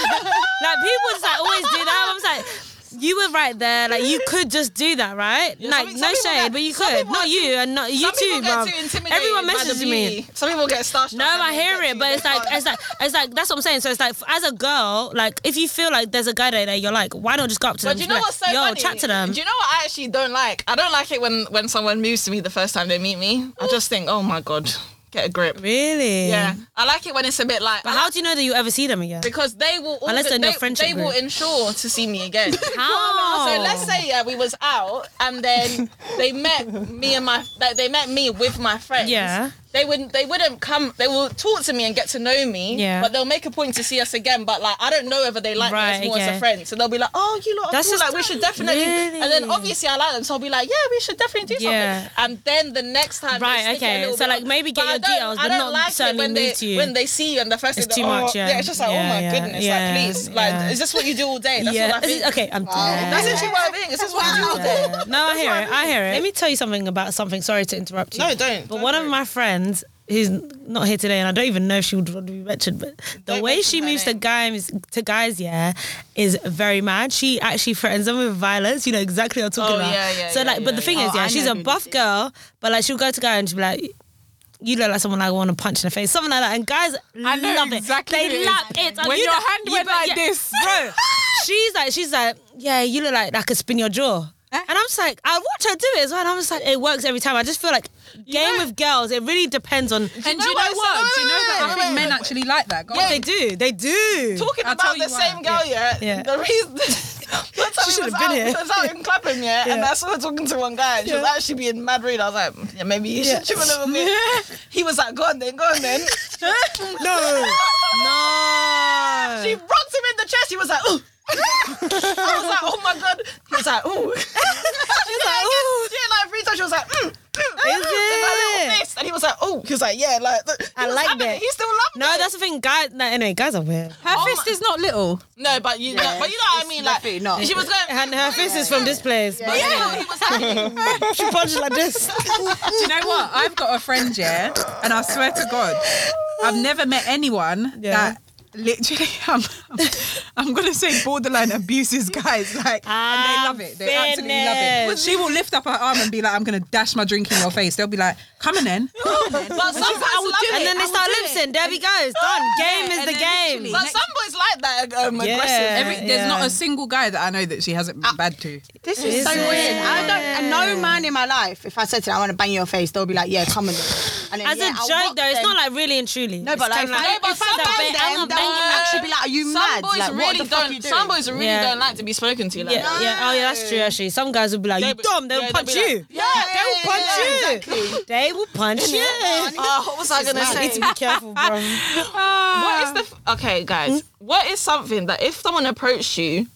Speaker 1: like people just like always do that. I'm just like. You were right there. Like you could just do that, right? like
Speaker 4: some- some
Speaker 1: no
Speaker 4: people
Speaker 1: shade,
Speaker 4: get-
Speaker 1: but you
Speaker 4: some
Speaker 1: could.
Speaker 4: people
Speaker 1: Not
Speaker 4: are
Speaker 1: you and not you
Speaker 4: Some
Speaker 1: too,
Speaker 4: people get
Speaker 1: bruv.
Speaker 4: too intimidated. by
Speaker 1: Everyone
Speaker 4: the
Speaker 1: messages me.
Speaker 4: beauty. Some people get starstruck.
Speaker 1: No,
Speaker 4: and
Speaker 1: I
Speaker 4: they
Speaker 1: hear
Speaker 4: get
Speaker 1: it,
Speaker 4: too-
Speaker 1: but it's
Speaker 4: they
Speaker 1: like
Speaker 4: can't.
Speaker 1: it's like it's like that's what I'm saying. So it's like as a girl, like if you feel like there's a guy there that you're like, why not just go up to them?
Speaker 4: But do you
Speaker 1: and
Speaker 4: know
Speaker 1: be like,
Speaker 4: what's so
Speaker 1: Yo,
Speaker 4: funny?
Speaker 1: chat to them.
Speaker 4: Do you know what I actually don't like? I don't like it when when someone moves to me the first time they meet me. I just think, oh my god, get a grip.
Speaker 1: really?
Speaker 4: Yeah, I like it when it's a bit like.
Speaker 1: But how do you know that you ever see them again?
Speaker 4: because they will all
Speaker 1: Unless they're in
Speaker 4: they,
Speaker 1: your friendship
Speaker 4: they will
Speaker 1: group.
Speaker 4: ensure to see me
Speaker 1: (laughs)
Speaker 4: again.
Speaker 1: How?
Speaker 4: So let's say yeah, we was out and then they met me and my like, they met me with my friends.
Speaker 1: Yeah.
Speaker 4: They wouldn't they wouldn't come they will talk to me and get to know me.
Speaker 1: Yeah.
Speaker 4: But they'll make a point to see us again. But like I don't know whether they like me
Speaker 1: Right,
Speaker 4: as more as
Speaker 1: yeah.
Speaker 4: a friend. So they'll be like, Oh, you lot are
Speaker 1: That's
Speaker 4: cool,
Speaker 1: just-
Speaker 4: like we should definitely and then
Speaker 1: Really?
Speaker 4: obviously I like them, so I'll be like, Yeah, we should definitely do
Speaker 1: Yeah.
Speaker 4: something. And then the next time they
Speaker 1: Right,
Speaker 4: stick it a
Speaker 1: okay.
Speaker 4: little
Speaker 1: So,
Speaker 4: bit
Speaker 1: like,
Speaker 4: up.
Speaker 1: maybe get
Speaker 4: But I
Speaker 1: your
Speaker 4: don't-
Speaker 1: deals,
Speaker 4: I
Speaker 1: but
Speaker 4: don't
Speaker 1: not
Speaker 4: like it
Speaker 1: certainly
Speaker 4: when
Speaker 1: move
Speaker 4: they,
Speaker 1: to you.
Speaker 4: When they see you and the first
Speaker 1: It's
Speaker 4: thing
Speaker 1: too
Speaker 4: oh,
Speaker 1: much, yeah.
Speaker 4: it's just like,
Speaker 1: Yeah,
Speaker 4: oh my
Speaker 1: yeah,
Speaker 4: goodness,
Speaker 1: yeah,
Speaker 4: like please. Like
Speaker 1: yeah.
Speaker 4: is this what you do all day? That's
Speaker 1: yeah.
Speaker 4: what I
Speaker 1: This is- (laughs)
Speaker 4: think.
Speaker 1: okay, I'm dead.
Speaker 4: That's actually what I think. It's just what you do all day.
Speaker 1: Yeah. No, I hear it. I hear it. Let me tell you something about something. Sorry to interrupt you.
Speaker 4: No, don't.
Speaker 1: But
Speaker 4: Don't
Speaker 1: one of my friends who's not here today, and I don't even know if she would want to be mentioned, but the
Speaker 4: Don't
Speaker 1: way
Speaker 4: mention
Speaker 1: she
Speaker 4: her
Speaker 1: moves to
Speaker 4: name.
Speaker 1: guys to guys, yeah, is very mad. She actually threatens them with violence. You know exactly what I'm talking
Speaker 4: Oh,
Speaker 1: about.
Speaker 4: yeah, yeah,
Speaker 1: so
Speaker 4: yeah,
Speaker 1: like, but
Speaker 4: yeah,
Speaker 1: the thing
Speaker 3: yeah.
Speaker 1: is,
Speaker 3: Oh,
Speaker 1: yeah,
Speaker 3: I
Speaker 1: she's
Speaker 3: know
Speaker 1: a
Speaker 3: who
Speaker 1: buff
Speaker 3: this
Speaker 1: girl, but like she'll go to guy and she'll be like. You look like someone I want to punch in the face, something like that. And guys
Speaker 5: I know
Speaker 1: love
Speaker 5: exactly
Speaker 1: it.
Speaker 5: who it
Speaker 1: They
Speaker 5: is.
Speaker 1: love it. And
Speaker 5: When
Speaker 1: you
Speaker 5: your
Speaker 1: know-
Speaker 5: hand
Speaker 1: you
Speaker 5: went
Speaker 1: bet-
Speaker 5: like
Speaker 1: yeah.
Speaker 5: this.
Speaker 1: (laughs) bro. She's like, she's like, yeah, you look like I could spin your jaw. And I'm just like, I watch her do it as well. And I'm just like, it works every time. I just feel like game with girls, it really depends on
Speaker 5: And do you
Speaker 4: know
Speaker 5: know
Speaker 4: what?
Speaker 5: what? Do you know that I
Speaker 4: Wait,
Speaker 5: think
Speaker 4: wait,
Speaker 5: men
Speaker 4: wait.
Speaker 5: actually like that? Go
Speaker 1: what
Speaker 5: on.
Speaker 1: they do. They do.
Speaker 4: Talking
Speaker 5: I'll tell
Speaker 4: about
Speaker 5: you
Speaker 4: the
Speaker 5: why.
Speaker 4: same girl, yeah.
Speaker 1: Yeah.
Speaker 4: The reason (laughs) one time
Speaker 1: She
Speaker 4: we
Speaker 1: should
Speaker 4: was
Speaker 1: have been
Speaker 4: out,
Speaker 1: here.
Speaker 4: I was out in Clapham, yeah, and
Speaker 1: Yeah.
Speaker 4: I saw her talking to one guy, and she was
Speaker 1: Yeah.
Speaker 4: actually being mad rude. I was like, mm, yeah, maybe you should chip a little bit.
Speaker 1: (laughs)
Speaker 4: He was like, go on then, go on then.
Speaker 1: No. No.
Speaker 4: she rocked him in the chest. He was like, ooh. I was like, oh my god. He was like,
Speaker 1: (laughs)
Speaker 4: ooh. she did
Speaker 1: like,
Speaker 4: like,
Speaker 1: "Ooh."
Speaker 4: She did like three times. She was like, mm. mm, mm, with her
Speaker 1: it?
Speaker 4: little fist. And he was like, oh. He was like, yeah, like. th-
Speaker 1: I
Speaker 4: he was
Speaker 1: like
Speaker 4: having
Speaker 1: that.
Speaker 4: it. He still loved
Speaker 1: no,
Speaker 4: it.
Speaker 1: that's the thing. Guys, no, anyway, guys are weird.
Speaker 5: Her fist is not little.
Speaker 4: No, but you, know,
Speaker 3: Yeah,
Speaker 4: but you know what I
Speaker 3: it's
Speaker 4: mean. Like,
Speaker 1: (laughs)
Speaker 3: definitely not.
Speaker 4: she was going.
Speaker 1: And her face is from this place. But
Speaker 4: Yeah, he was happy.
Speaker 1: she punches like this.
Speaker 5: Do you know what? I've got a friend, yeah, and I swear to God, I've never met anyone
Speaker 1: Yeah.
Speaker 5: that literally, (laughs) I'm, I'm going to say borderline abuses guys. Like,
Speaker 1: Ah,
Speaker 5: and they love it. They absolutely love it.
Speaker 1: finished.
Speaker 5: She will lift up her arm and be like, I'm going to dash my drink in your face. They'll be like, come on then.
Speaker 4: But some boys love it.
Speaker 1: (laughs) And then they start lip sync. There we go. Done. Game is
Speaker 5: and
Speaker 1: the
Speaker 5: then
Speaker 1: game.
Speaker 4: But some boys like that um,
Speaker 1: Yeah.
Speaker 4: aggressive.
Speaker 5: Every, there's not
Speaker 1: yeah. Ah.
Speaker 5: a single guy that I know that she hasn't been bad to.
Speaker 3: This is,
Speaker 1: Is
Speaker 3: so
Speaker 1: it?
Speaker 3: weird. I don't. And no man in my life, if I said to them, I want to bang your face, they'll be like, yeah, come on. then." And then,
Speaker 1: As
Speaker 3: yeah,
Speaker 1: a
Speaker 3: I'll
Speaker 1: joke,
Speaker 3: rock
Speaker 1: though, it's
Speaker 3: them.
Speaker 1: not like really and truly.
Speaker 3: No, but
Speaker 1: It's
Speaker 3: like,
Speaker 1: kinda
Speaker 3: if I-
Speaker 4: No, but
Speaker 3: if I
Speaker 4: some
Speaker 3: bang
Speaker 4: boys
Speaker 3: them,
Speaker 1: I'm gonna
Speaker 3: they'll
Speaker 1: bang you.
Speaker 3: actually be like, are you
Speaker 4: some
Speaker 3: mad?
Speaker 4: boys
Speaker 3: like,
Speaker 4: really
Speaker 3: what the
Speaker 4: don't.
Speaker 3: fuck are you doing?
Speaker 4: Some boys really
Speaker 1: Yeah.
Speaker 4: don't like to be spoken to. Like
Speaker 1: Yeah,
Speaker 4: that.
Speaker 1: yeah. Oh, yeah, that's true. Actually, some guys will be like,
Speaker 4: They
Speaker 1: "You
Speaker 4: be-
Speaker 1: dumb." They will
Speaker 4: yeah, they'll
Speaker 1: punch
Speaker 4: be
Speaker 1: you.
Speaker 4: like,
Speaker 1: yeah, they will punch you. They will punch
Speaker 4: (laughs)
Speaker 1: you.
Speaker 4: Oh, what was I gonna
Speaker 1: You need
Speaker 4: say?
Speaker 1: to be careful, bro.
Speaker 4: What is the
Speaker 1: uh,
Speaker 4: f- okay,
Speaker 1: Hmm?
Speaker 4: guys? What is something that if someone approached you,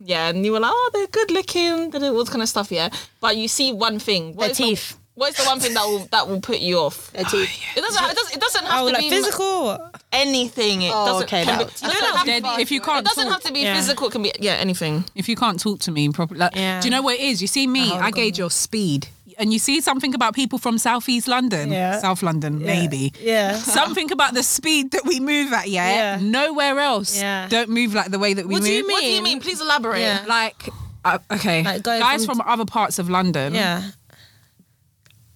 Speaker 4: yeah, and you were like, oh, they're good looking, da- da- all this kind of stuff, yeah, but you see one thing, what
Speaker 3: Their
Speaker 4: is the-
Speaker 3: teeth.
Speaker 4: what is the one thing that will that will put you off?
Speaker 3: Their teeth.
Speaker 4: It doesn't. It doesn't. It doesn't have
Speaker 1: Oh,
Speaker 4: to
Speaker 1: like
Speaker 4: be
Speaker 1: physical.
Speaker 4: anything. It
Speaker 3: Oh,
Speaker 4: doesn't.
Speaker 3: okay,
Speaker 4: can
Speaker 3: that-
Speaker 4: be, you know, that-
Speaker 5: Dead- if you
Speaker 4: it
Speaker 5: can't
Speaker 4: doesn't
Speaker 5: talk,
Speaker 4: have to be
Speaker 1: Yeah.
Speaker 4: physical. It can be yeah, anything.
Speaker 5: if you can't talk to me properly, like,
Speaker 1: Yeah. Oh,
Speaker 5: do you know what it is? You see me, I gauge your speed, and you see something about people from Southeast London,
Speaker 1: Yeah.
Speaker 5: South London,
Speaker 1: (laughs)
Speaker 5: maybe. (laughs)
Speaker 1: Yeah.
Speaker 5: Something about the speed that we move at, yeah.
Speaker 1: Yeah.
Speaker 5: Nowhere else
Speaker 1: Yeah.
Speaker 5: don't move like the way that we
Speaker 1: What
Speaker 5: move.
Speaker 1: do you
Speaker 4: What do you
Speaker 1: mean?
Speaker 4: mean? Please elaborate.
Speaker 1: Yeah.
Speaker 5: Like, uh, okay,
Speaker 1: Like going
Speaker 5: guys
Speaker 1: from-
Speaker 5: from, other parts of London.
Speaker 1: Yeah.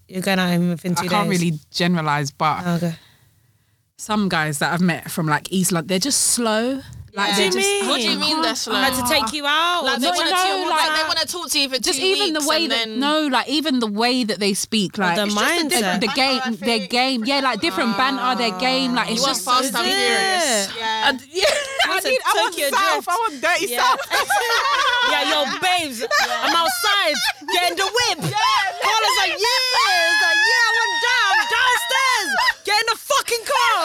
Speaker 1: You're going out home within two
Speaker 5: I
Speaker 1: days.
Speaker 5: can't really generalize, but
Speaker 1: Oh, okay.
Speaker 5: some guys that I've met from like East London, they're just slow. Like,
Speaker 1: What do
Speaker 5: they're
Speaker 1: you
Speaker 5: just- Oh,
Speaker 1: mean?
Speaker 6: What do you mean they're slow?
Speaker 1: Like to take you out?
Speaker 6: Like
Speaker 1: or
Speaker 6: they
Speaker 1: not
Speaker 6: want
Speaker 1: know,
Speaker 6: to
Speaker 1: like-
Speaker 6: like, they want to talk to you for
Speaker 5: just
Speaker 6: two
Speaker 5: even
Speaker 6: weeks
Speaker 5: the way
Speaker 6: and
Speaker 5: that
Speaker 6: then,
Speaker 5: no, like even the way that they speak, like
Speaker 1: the
Speaker 5: it's just a
Speaker 1: mindset.
Speaker 5: different, the game,
Speaker 4: I
Speaker 5: their
Speaker 4: think.
Speaker 5: game, yeah, like different banter, their game, like it's
Speaker 6: You are
Speaker 5: just
Speaker 6: fast and furious.
Speaker 5: I, yeah, I,
Speaker 1: That's a
Speaker 5: need, I want
Speaker 1: Tokyo
Speaker 5: south,
Speaker 1: drift.
Speaker 5: I want dirty
Speaker 1: Yeah.
Speaker 5: south.
Speaker 1: yeah, yo, babes, I'm outside getting the whip. Paula's like, yeah, It's like, yeah, I went down, downstairs, get in the fucking car.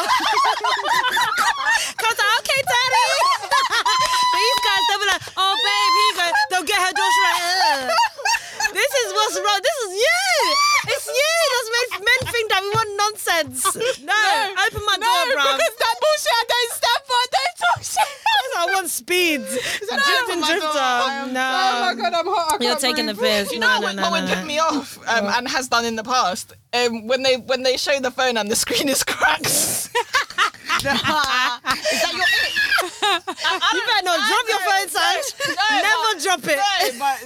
Speaker 1: Cause I'm okay, daddy. (laughs) These guys, they'll be like, oh, babe, here you go. They'll get her door. She's like, Ugh. This is what's wrong. This is you. It's you. That's made men think that we want
Speaker 5: (laughs)
Speaker 1: nonsense. No, open my door, bruv.
Speaker 5: because that bullshit I don't stand for, I don't talk shit.
Speaker 1: I want
Speaker 5: (laughs)
Speaker 1: speed. It's
Speaker 4: like,
Speaker 1: drift and
Speaker 4: open oh my door.
Speaker 1: drifter.
Speaker 4: I am-
Speaker 1: No.
Speaker 5: Oh my god, I'm hot. I
Speaker 1: You're
Speaker 5: can't
Speaker 1: taking the
Speaker 5: breathe.
Speaker 1: piss.
Speaker 4: Do you
Speaker 1: no,
Speaker 4: know
Speaker 1: no,
Speaker 4: what
Speaker 1: no,
Speaker 4: Owen
Speaker 1: no,
Speaker 4: pissed
Speaker 1: no.
Speaker 4: me off um, and has done in the past? Um, when they when they show the phone and the screen is
Speaker 1: (laughs)
Speaker 4: cracked. (laughs)
Speaker 1: You better not drop your phone, son. Never drop it.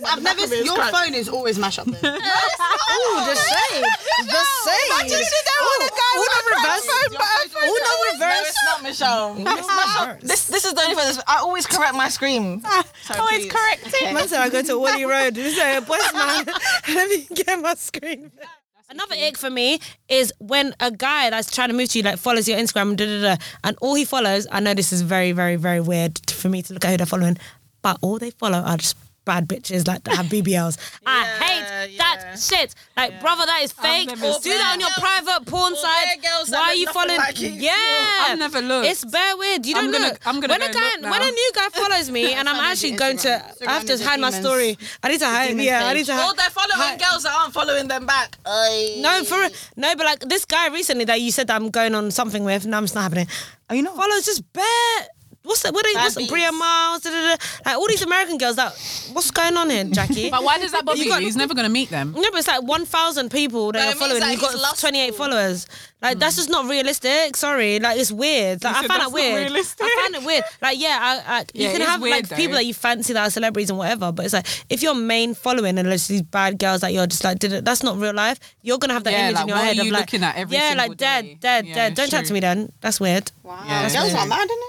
Speaker 3: I've never.
Speaker 4: It's
Speaker 3: Your
Speaker 4: cracked.
Speaker 3: phone is always mash (laughs) up. Though.
Speaker 1: Ooh, the shade. The shade. Oh, reverse. Uno
Speaker 4: No,
Speaker 1: reverse.
Speaker 4: it's not Michelle. It's Michelle. This this is the only thing. I always correct my scream. always correct.
Speaker 1: Man said I go to Wally Road. This is a (laughs) boys man. Let me get my screen. Another ick for me is when a guy that's trying to move to you like follows your Instagram, da, da, da, and all he follows. I know this is very, very, very weird t- for me to look at who they're following, but all they follow are just bad bitches like that have (laughs) BBLs. I hate that shit. Like, brother, that is fake. Do
Speaker 5: never seen
Speaker 1: that on your private porn site.
Speaker 4: bare girls that
Speaker 1: Why are
Speaker 4: look
Speaker 1: you
Speaker 4: nothing
Speaker 1: following?
Speaker 4: like you.
Speaker 1: yeah,
Speaker 5: I've never looked.
Speaker 1: It's bare weird. You don't
Speaker 5: I'm gonna-
Speaker 1: look.
Speaker 5: I'm gonna
Speaker 1: when a
Speaker 5: go
Speaker 1: guy,
Speaker 5: look now.
Speaker 1: when a new guy follows
Speaker 5: (laughs)
Speaker 1: me, and I'm
Speaker 3: Surrounded
Speaker 1: actually
Speaker 3: with
Speaker 1: going to,
Speaker 3: demons.
Speaker 1: I have to
Speaker 3: Surrounded
Speaker 1: hide my
Speaker 3: with
Speaker 1: story. I need to hide.
Speaker 3: demon
Speaker 1: Yeah, I
Speaker 3: stage.
Speaker 1: need to
Speaker 4: Or
Speaker 1: hide.
Speaker 4: they're following girls that aren't following them back.
Speaker 1: No, for no, but like this guy recently that you said that I'm going on something with, no, it's not happening.
Speaker 3: Are you not?
Speaker 1: Follows just bare. What's that? What are, what's
Speaker 4: Baddies.
Speaker 1: Bria Miles? Da, da, da, like all these American girls. That what's going on here, Jackie?
Speaker 5: But why does that bother
Speaker 1: You
Speaker 5: you?
Speaker 1: got-
Speaker 5: He's never gonna meet them.
Speaker 1: No, but it's like 1,000 people that
Speaker 4: No,
Speaker 1: are
Speaker 4: it means
Speaker 1: following
Speaker 4: that
Speaker 1: and you've got
Speaker 4: it's lustful.
Speaker 1: 28 followers. Like, that's just not realistic. Sorry. Like, it's weird. Like, I
Speaker 5: said
Speaker 1: found
Speaker 5: that's
Speaker 1: that weird.
Speaker 5: not realistic.
Speaker 1: I found it weird. Like, yeah, I, I,
Speaker 5: Yeah,
Speaker 1: you can
Speaker 5: it is
Speaker 1: have,
Speaker 5: weird,
Speaker 1: like,
Speaker 5: though.
Speaker 1: people that you fancy that are celebrities and whatever, but it's like, if your main following and just these bad girls that you're just like, did it, that's not real life, you're going to have that
Speaker 5: Yeah,
Speaker 1: image
Speaker 5: like,
Speaker 1: in your
Speaker 5: what are
Speaker 1: head of
Speaker 5: you
Speaker 1: like,
Speaker 5: looking at every
Speaker 1: yeah,
Speaker 5: single
Speaker 1: like, dead,
Speaker 5: day?
Speaker 1: dead,
Speaker 5: Yeah,
Speaker 1: dead.
Speaker 5: it's
Speaker 1: Don't chat to
Speaker 5: true.
Speaker 1: me then. That's
Speaker 5: (laughs)
Speaker 1: weird.
Speaker 3: Wow.
Speaker 5: Yeah.
Speaker 3: Girls are mad, innit?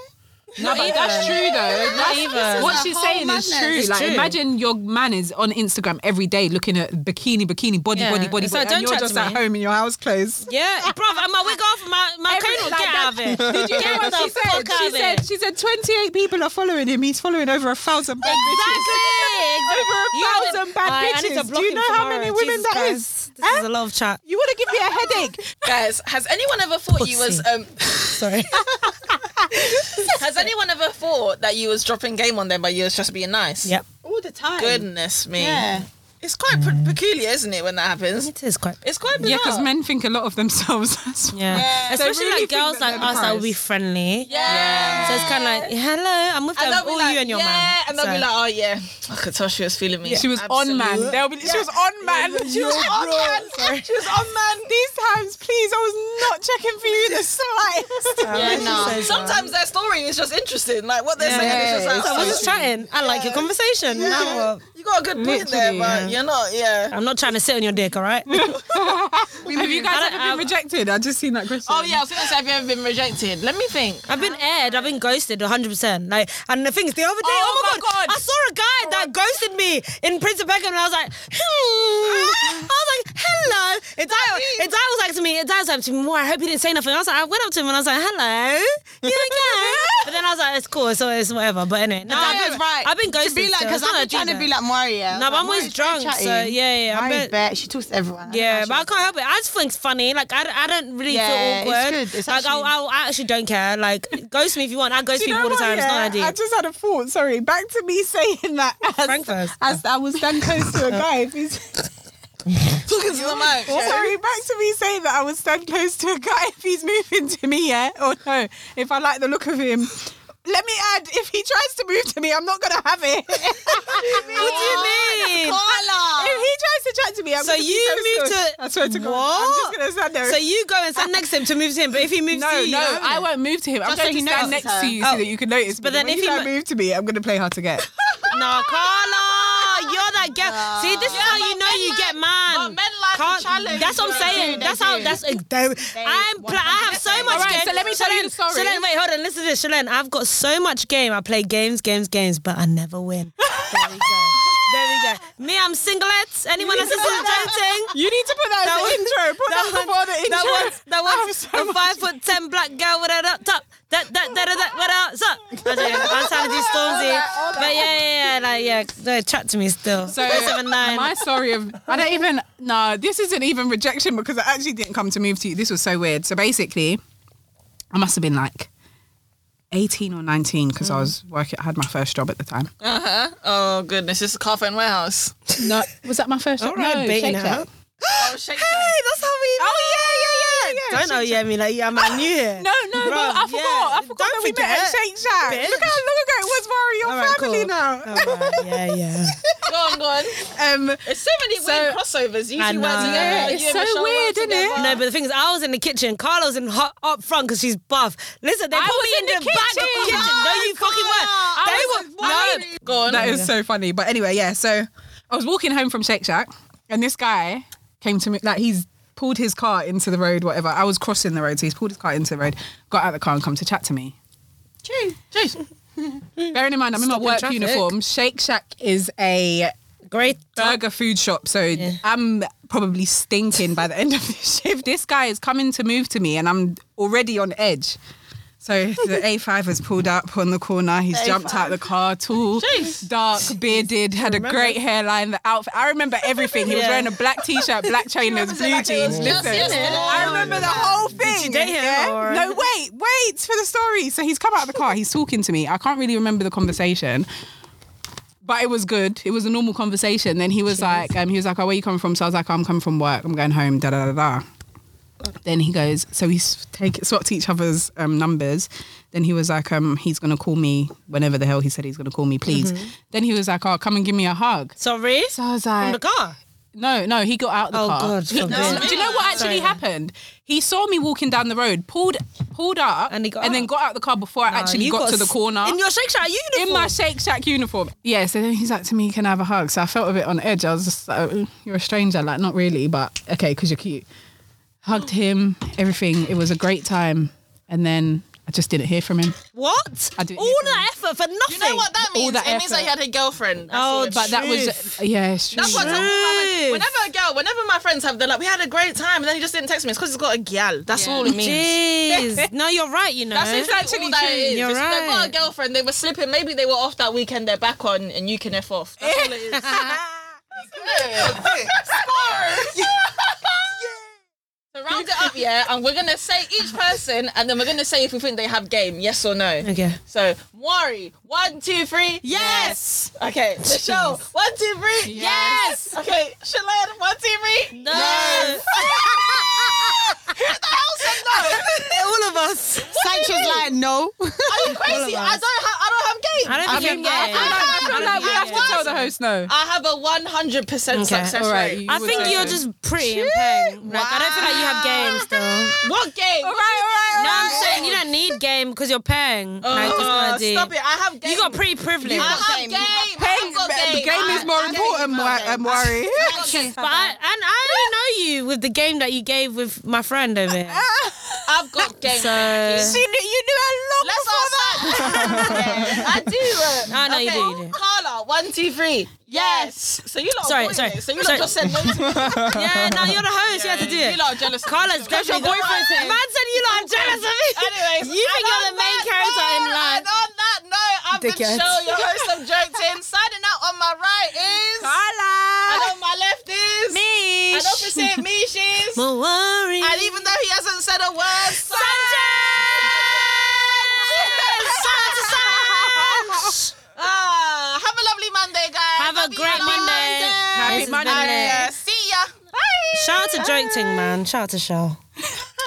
Speaker 5: No, but that's true though. That's,
Speaker 1: even.
Speaker 5: What
Speaker 3: This is
Speaker 5: she's
Speaker 3: a
Speaker 5: saying
Speaker 3: whole
Speaker 5: is
Speaker 3: madness.
Speaker 5: true.
Speaker 1: It's
Speaker 5: like,
Speaker 1: true.
Speaker 5: imagine your man is on Instagram every day looking at bikini, bikini, body,
Speaker 1: Yeah.
Speaker 5: body, body,
Speaker 1: It's
Speaker 5: body,
Speaker 1: like,
Speaker 5: and
Speaker 1: don't
Speaker 5: you're
Speaker 1: chat
Speaker 5: just
Speaker 1: to me.
Speaker 5: at home in your house clothes.
Speaker 1: Yeah, bruv, and my wig off, my, my
Speaker 5: Every-
Speaker 1: cradle,
Speaker 5: like
Speaker 1: get
Speaker 5: that-
Speaker 1: out of it.
Speaker 5: (laughs) Did you hear
Speaker 1: get
Speaker 5: what
Speaker 1: the
Speaker 5: she said?
Speaker 1: fuck out
Speaker 5: She
Speaker 1: of
Speaker 5: said,
Speaker 1: it.
Speaker 5: she said 28 people are following him. He's following over a thousand bad
Speaker 1: Exactly.
Speaker 5: bitches. (laughs) Over a
Speaker 1: You haven't-
Speaker 5: thousand bad
Speaker 1: Alright, I need to
Speaker 5: bitches.
Speaker 1: block
Speaker 5: Do you
Speaker 1: him
Speaker 5: know how
Speaker 1: tomorrow.
Speaker 5: many women
Speaker 1: Jesus
Speaker 5: that
Speaker 1: Christ.
Speaker 5: is?
Speaker 1: This is a lot of chat.
Speaker 5: You want to give me a headache?
Speaker 6: Guys, has anyone ever thought you was um (laughs)
Speaker 1: Sorry.
Speaker 6: has anyone ever thought that you was dropping game on them but you was just being nice?
Speaker 1: yep.
Speaker 3: All the time.
Speaker 6: Goodness me.
Speaker 3: Yeah.
Speaker 6: It's quite pe- peculiar, isn't it, when that happens?
Speaker 1: It is quite.
Speaker 6: It's quite bizarre.
Speaker 5: Yeah, because men think a lot of themselves. (laughs) That's why.
Speaker 1: Yeah. Especially
Speaker 5: They really
Speaker 1: like
Speaker 5: think
Speaker 1: girls
Speaker 5: that
Speaker 1: like
Speaker 5: they're
Speaker 1: us that will be
Speaker 5: prize.
Speaker 1: friendly.
Speaker 6: Yeah.
Speaker 1: So it's kind of like, hello, I'm with
Speaker 6: And
Speaker 1: them,
Speaker 6: they'll
Speaker 1: all
Speaker 6: be like,
Speaker 1: you and your
Speaker 6: yeah,
Speaker 1: man.
Speaker 6: and they'll be
Speaker 1: So-
Speaker 6: like, oh yeah, I could tell she was feeling me.
Speaker 5: She was on man. They'll be, She was on man. She was on man. She was on man. These times, please, I was not checking for you the (laughs) slightest.
Speaker 6: Yeah,
Speaker 1: no. So
Speaker 6: Sometimes their story is just interesting. Like what they're saying is
Speaker 1: So
Speaker 6: just like,
Speaker 1: I was
Speaker 6: oh,
Speaker 1: just chatting. I like your conversation. Now what?
Speaker 6: you got a good point there,
Speaker 5: Literally,
Speaker 6: but you're not. Yeah.
Speaker 1: I'm not trying to sit on your dick, all right?
Speaker 5: Have you guys
Speaker 1: I don't-
Speaker 5: ever
Speaker 1: I-
Speaker 5: been rejected? I just seen that question.
Speaker 6: Oh yeah, I was gonna say, have you ever been rejected? Let me think.
Speaker 1: I've been aired. I've been ghosted 100%. Like, and the thing is, the other day, oh,
Speaker 6: Oh
Speaker 1: my,
Speaker 6: my
Speaker 1: god,
Speaker 6: God.
Speaker 1: I saw a guy that ghosted me in Prince of Beckham, and I was like, hmm. I was like, hello. It died was like to me, it was like to me, more. I hope he didn't say nothing. I was like, I went up to him and I was like, hello. You okay? but then I was like, it's cool, so it's whatever. But anyway, no, I've been,
Speaker 3: right.
Speaker 1: I've been ghosted.
Speaker 3: To be like,
Speaker 1: still.
Speaker 3: because
Speaker 1: It's not
Speaker 3: I'm
Speaker 1: a
Speaker 3: trying to
Speaker 1: diva.
Speaker 3: be like Maria.
Speaker 1: No, but I'm always drunk, so, yeah, yeah, I
Speaker 3: Maria
Speaker 1: bet-
Speaker 3: bet she talks to everyone.
Speaker 1: Yeah, but I can't help it. I just think it's funny. Like I, I don't really
Speaker 3: Yeah,
Speaker 1: feel
Speaker 3: it's
Speaker 1: awkward.
Speaker 3: good. It's
Speaker 1: like
Speaker 3: actually-
Speaker 1: I, I, I actually don't care. Like ghost me if you want. I ghost
Speaker 5: Do you
Speaker 1: people
Speaker 5: know
Speaker 1: all the
Speaker 5: what,
Speaker 1: time. It's
Speaker 5: yeah?
Speaker 1: not an idea.
Speaker 5: I just had a thought. Sorry, back to me (laughs) saying that
Speaker 1: Frank
Speaker 5: as,
Speaker 1: first.
Speaker 5: as I was stand close to a guy. If he's,
Speaker 3: (laughs)
Speaker 6: Talking to the mic.
Speaker 5: sorry, back to me saying that I would stand close to a guy if he's moving to me. Yeah, or no, if I like the look of him. Let me add, if he tries to move to me, I'm not gonna have it. (laughs) if he
Speaker 1: What do you
Speaker 5: Oh,
Speaker 1: mean?
Speaker 5: tries to chat to me, I'm
Speaker 1: So
Speaker 5: gonna be
Speaker 1: you
Speaker 5: so
Speaker 1: move
Speaker 5: still.
Speaker 1: to-
Speaker 5: I swear to God,
Speaker 1: What?
Speaker 5: I'm just gonna stand there.
Speaker 1: So you go and stand next to him to move to him, but if he moves
Speaker 5: no,
Speaker 1: to you,
Speaker 5: no,
Speaker 1: you
Speaker 5: I won't move to him. I'm
Speaker 3: Just
Speaker 5: going
Speaker 3: so
Speaker 5: to
Speaker 3: he
Speaker 5: stand
Speaker 3: knows
Speaker 5: next
Speaker 3: her.
Speaker 5: to you
Speaker 1: Oh.
Speaker 5: so that you can notice. me.
Speaker 1: But then if
Speaker 5: when you
Speaker 1: he
Speaker 5: don't
Speaker 1: mo-
Speaker 5: move to me, I'm gonna play hard to get.
Speaker 1: No, Carla, you're that girl. See, this is how you know you get man.
Speaker 6: but men like a
Speaker 1: Can't-
Speaker 6: challenge,
Speaker 1: That's what I'm
Speaker 6: bro.
Speaker 1: saying.
Speaker 3: They
Speaker 1: that's how.
Speaker 3: do.
Speaker 1: That's a, they, I'm. Pl- I have so much
Speaker 5: Alright,
Speaker 1: game.
Speaker 5: so let me tell you the
Speaker 1: Shalane,
Speaker 5: story.
Speaker 1: Shalane, wait, hold on. Listen to this, Shalane. I've got so much game. I play games, games, games, but I never
Speaker 5: (laughs)
Speaker 1: win. There we go. There we go. Me, I'm singlets. Anyone
Speaker 5: (laughs)
Speaker 1: else is dating?
Speaker 5: You need to put that,
Speaker 1: That
Speaker 5: as the
Speaker 1: one-
Speaker 5: intro. Put that,
Speaker 1: one-
Speaker 5: before the intro.
Speaker 1: That one's, that
Speaker 5: (laughs) I have
Speaker 1: one's
Speaker 5: so
Speaker 1: a five foot ten black girl with her up top. That that that that, that what else up? I don't know. I'm trying to do Stormzy, but yeah yeah yeah like yeah. No, chat to me still.
Speaker 5: So
Speaker 1: seven nine.
Speaker 5: my story of I don't even no, this isn't even rejection because I actually didn't come to move to you. This was so weird. So basically, I must have been like eighteen or nineteen because I was working. I had my first job at the time.
Speaker 1: Uh,
Speaker 6: Oh goodness, this is Carphone Warehouse.
Speaker 5: No, was that my first job?
Speaker 1: right,
Speaker 5: no,
Speaker 1: baiting
Speaker 5: Shake
Speaker 1: it
Speaker 5: Shack.
Speaker 1: out.
Speaker 6: Oh, shake (laughs)
Speaker 1: Hey, that's how we. Oh yeah yeah yeah yeah. Don't know yeah me like yeah man, you here.
Speaker 5: No, no,
Speaker 1: Bruv,
Speaker 5: no, I forgot.
Speaker 1: yeah,
Speaker 5: I forgot that we
Speaker 1: forget.
Speaker 5: met at Shake Shack.
Speaker 1: Bitch.
Speaker 5: Look how long ago it was, Mari. Your
Speaker 1: All right,
Speaker 5: family
Speaker 1: cool. Alright, yeah
Speaker 5: (laughs)
Speaker 1: yeah.
Speaker 6: Go on, go on.
Speaker 5: now. (laughs) Um,
Speaker 6: It's so many weird crossovers. Usually
Speaker 1: I
Speaker 6: when
Speaker 1: know.
Speaker 6: you get
Speaker 1: Yeah,
Speaker 6: you
Speaker 5: it's
Speaker 6: and
Speaker 5: so
Speaker 6: Michelle work
Speaker 5: weird, isn't it?
Speaker 6: together.
Speaker 1: No, but the thing is, I was in the kitchen. Carlos in hot, up front because she's buff. Listen, they
Speaker 5: I
Speaker 1: put
Speaker 5: was
Speaker 1: me in,
Speaker 5: in
Speaker 1: the,
Speaker 5: the
Speaker 1: back of the
Speaker 5: kitchen.
Speaker 1: kitchen. No, you fucking weren't. They were no.
Speaker 6: Go on.
Speaker 5: That is so funny. But anyway, yeah. So I was walking home from Shake Shack, and this guy came to me. Like he's pulled his car into the road, whatever. I was crossing the road, so he's pulled his car into the road, got out of the car, and come to chat to me. Cheers. Bearing in mind, I'm in my
Speaker 1: Stopping
Speaker 5: work
Speaker 1: traffic.
Speaker 5: uniform. Shake Shack is a
Speaker 1: Great.
Speaker 5: burger food shop, so I'm probably stinking by the end of this (laughs) shift. This guy is coming to move to me, and I'm already on edge. So the A5 has pulled up on the corner. He's jumped out the car, tall, dark, bearded, had a great hairline, the outfit. I remember everything. He was
Speaker 1: Yeah.
Speaker 5: wearing a black t-shirt,
Speaker 1: (laughs)
Speaker 5: black trainers, blue jeans. Listen, I remember the whole thing.
Speaker 1: date him or-
Speaker 5: No, wait, wait for the story. So he's come out of the car. He's talking to me. I can't really remember the conversation but it was good. It was a normal conversation. Then he was like, um, he was like, oh, where you coming from? So I was like, oh, I'm coming from work. I'm going home. Da da da da. Then he goes, so we s- take swapped each other's um, numbers. Then he was like, um, he's gonna call me whenever the hell he said he's gonna call me, please.
Speaker 1: Mm-hmm.
Speaker 5: Then he was like, oh, come and give me a hug.
Speaker 1: Sorry.
Speaker 5: So I was
Speaker 1: From
Speaker 5: like,
Speaker 1: the car.
Speaker 5: no, no, he got out the
Speaker 1: Oh,
Speaker 5: car.
Speaker 1: God,
Speaker 5: He-
Speaker 1: forbid.
Speaker 5: (laughs) do you know what actually happened? He saw me walking down the road, pulled pulled up,
Speaker 1: And he got
Speaker 5: then
Speaker 1: out.
Speaker 5: got out the car before I
Speaker 1: Uh,
Speaker 5: actually
Speaker 1: you
Speaker 5: got, to the
Speaker 1: s-
Speaker 5: corner
Speaker 1: In your Shake Shack uniform.
Speaker 5: in my Shake Shack uniform. Yeah, so then he's like to me, "Can I have a hug?" So I felt a bit on edge. I was just like, "Oh, "You're a stranger, like not really, but okay, because you're cute." Hugged him, everything. It was a great time, and then I just didn't hear from him.
Speaker 1: what?
Speaker 5: I do-
Speaker 1: All that effort for nothing.
Speaker 6: You know what that
Speaker 5: All
Speaker 6: means?
Speaker 5: that
Speaker 6: it means that you had a girlfriend. That's
Speaker 1: Oh,
Speaker 6: all it
Speaker 5: But that was
Speaker 1: Truth.
Speaker 5: yeah, it's true.
Speaker 6: That's what I tell
Speaker 1: Truth.
Speaker 6: my Whenever a girl, whenever my friends have, they're like, we had a great time, and then he just didn't text me. It's because he's got a gal. That's all it means.
Speaker 1: Jeez. no, you're right. You know.
Speaker 6: That's exactly all oh, that it is.
Speaker 1: You're
Speaker 6: It's like, They got
Speaker 1: right.
Speaker 6: a girlfriend. They were slipping. Maybe they were off that weekend. They're back on, and you can f off. That's all it
Speaker 1: (laughs)
Speaker 6: is. (laughs) So round it up, yeah, and we're gonna say each person, and then we're gonna say if we think they have game, yes or no.
Speaker 1: Okay.
Speaker 6: So Wari, one, two, three.
Speaker 1: Yes.
Speaker 6: Okay. Michelle, one, two, three.
Speaker 1: Yes.
Speaker 6: Okay. Shalane, one, two, three.
Speaker 1: No.
Speaker 3: All of us. Sanchez like no.
Speaker 6: Are you
Speaker 1: All of
Speaker 6: crazy? I
Speaker 1: us.
Speaker 6: don't have. I don't have game.
Speaker 1: I don't think you're gay.
Speaker 5: I feel like we have to tell the host no.
Speaker 6: I have a one hundred percent
Speaker 1: Okay.
Speaker 6: success
Speaker 5: All right,
Speaker 6: rate.
Speaker 5: you
Speaker 1: I
Speaker 5: would
Speaker 1: think
Speaker 5: say
Speaker 1: you're
Speaker 5: so.
Speaker 1: just pretty and paying. Like, I don't feel like you have games though.
Speaker 6: What game?
Speaker 5: All right, all
Speaker 1: No,
Speaker 5: right,
Speaker 1: I'm saying you don't need game because you're paying.
Speaker 6: Oh,
Speaker 1: like,
Speaker 6: stop
Speaker 1: it's not a
Speaker 6: it! I have game.
Speaker 1: You got pretty privilege.
Speaker 6: I have game.
Speaker 3: game.
Speaker 6: I
Speaker 5: all
Speaker 6: got
Speaker 5: right.
Speaker 6: game.
Speaker 5: The game is more important. uh,
Speaker 1: (laughs)
Speaker 5: I'm worried. (laughs)
Speaker 1: But I, and I only know you with the game that you gave with my friend over here.
Speaker 6: I've (laughs) got (laughs) game.
Speaker 1: So
Speaker 5: She knew you knew
Speaker 6: Let's (laughs) ask that. I do. uh,
Speaker 1: No, no, you do, you do.
Speaker 6: Carla, one, two, three. Yes. So you lot.
Speaker 1: Sorry,
Speaker 6: avoiding
Speaker 1: sorry,
Speaker 6: it. So you
Speaker 1: sorry.
Speaker 6: lot just said. one, two,
Speaker 1: yeah, now you're the host. You have to do
Speaker 6: three.
Speaker 1: it.
Speaker 6: You lot are jealous.
Speaker 1: (laughs) Carla's
Speaker 6: Because
Speaker 1: definitely got- Man said you lot are jealous of me. (laughs)
Speaker 6: Anyways,
Speaker 1: you
Speaker 6: and
Speaker 1: think you're
Speaker 6: on
Speaker 1: the main
Speaker 6: that
Speaker 1: character
Speaker 6: note,
Speaker 1: in life.
Speaker 6: And on that note, I've been
Speaker 1: Dickhead.
Speaker 6: show your host of Joking. Signing out on my right is
Speaker 1: Carla.
Speaker 6: and on my left is
Speaker 1: Me.
Speaker 6: And opposite me
Speaker 1: (laughs)
Speaker 6: is.
Speaker 1: Don't worry.
Speaker 6: And even though he hasn't said a word, so (laughs) Ah, have a lovely Monday, guys.
Speaker 1: Have a
Speaker 6: Happy
Speaker 1: great Monday. Happy
Speaker 5: Happy Monday.
Speaker 1: Monday.
Speaker 6: And, uh, see ya. Bye.
Speaker 1: Shout out to Joke Ting, man. Shout out to Shell.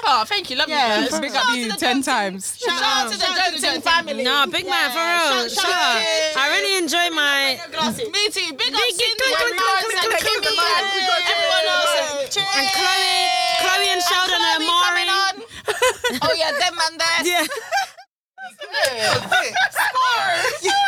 Speaker 6: Oh, thank you. Love you guys.
Speaker 5: Big up you ten times.
Speaker 6: Shout out to the Joting family.
Speaker 1: No, big man, for real.
Speaker 6: shout-
Speaker 1: Shout
Speaker 6: shout out
Speaker 1: out.
Speaker 6: to-
Speaker 1: I really enjoy my.
Speaker 6: Me too. Big up
Speaker 1: Big-
Speaker 6: Cindy,
Speaker 1: click, click,
Speaker 6: Mark,
Speaker 1: click,
Speaker 6: and
Speaker 1: click, click,
Speaker 6: Kimmy,
Speaker 1: click, click,
Speaker 6: and
Speaker 1: click, click,
Speaker 6: everyone else.
Speaker 1: And Chloe, Chloe and Sheldon and,
Speaker 6: Chloe
Speaker 1: Amari.
Speaker 6: coming on. oh yeah, them and that.
Speaker 1: Yeah.
Speaker 6: Scores.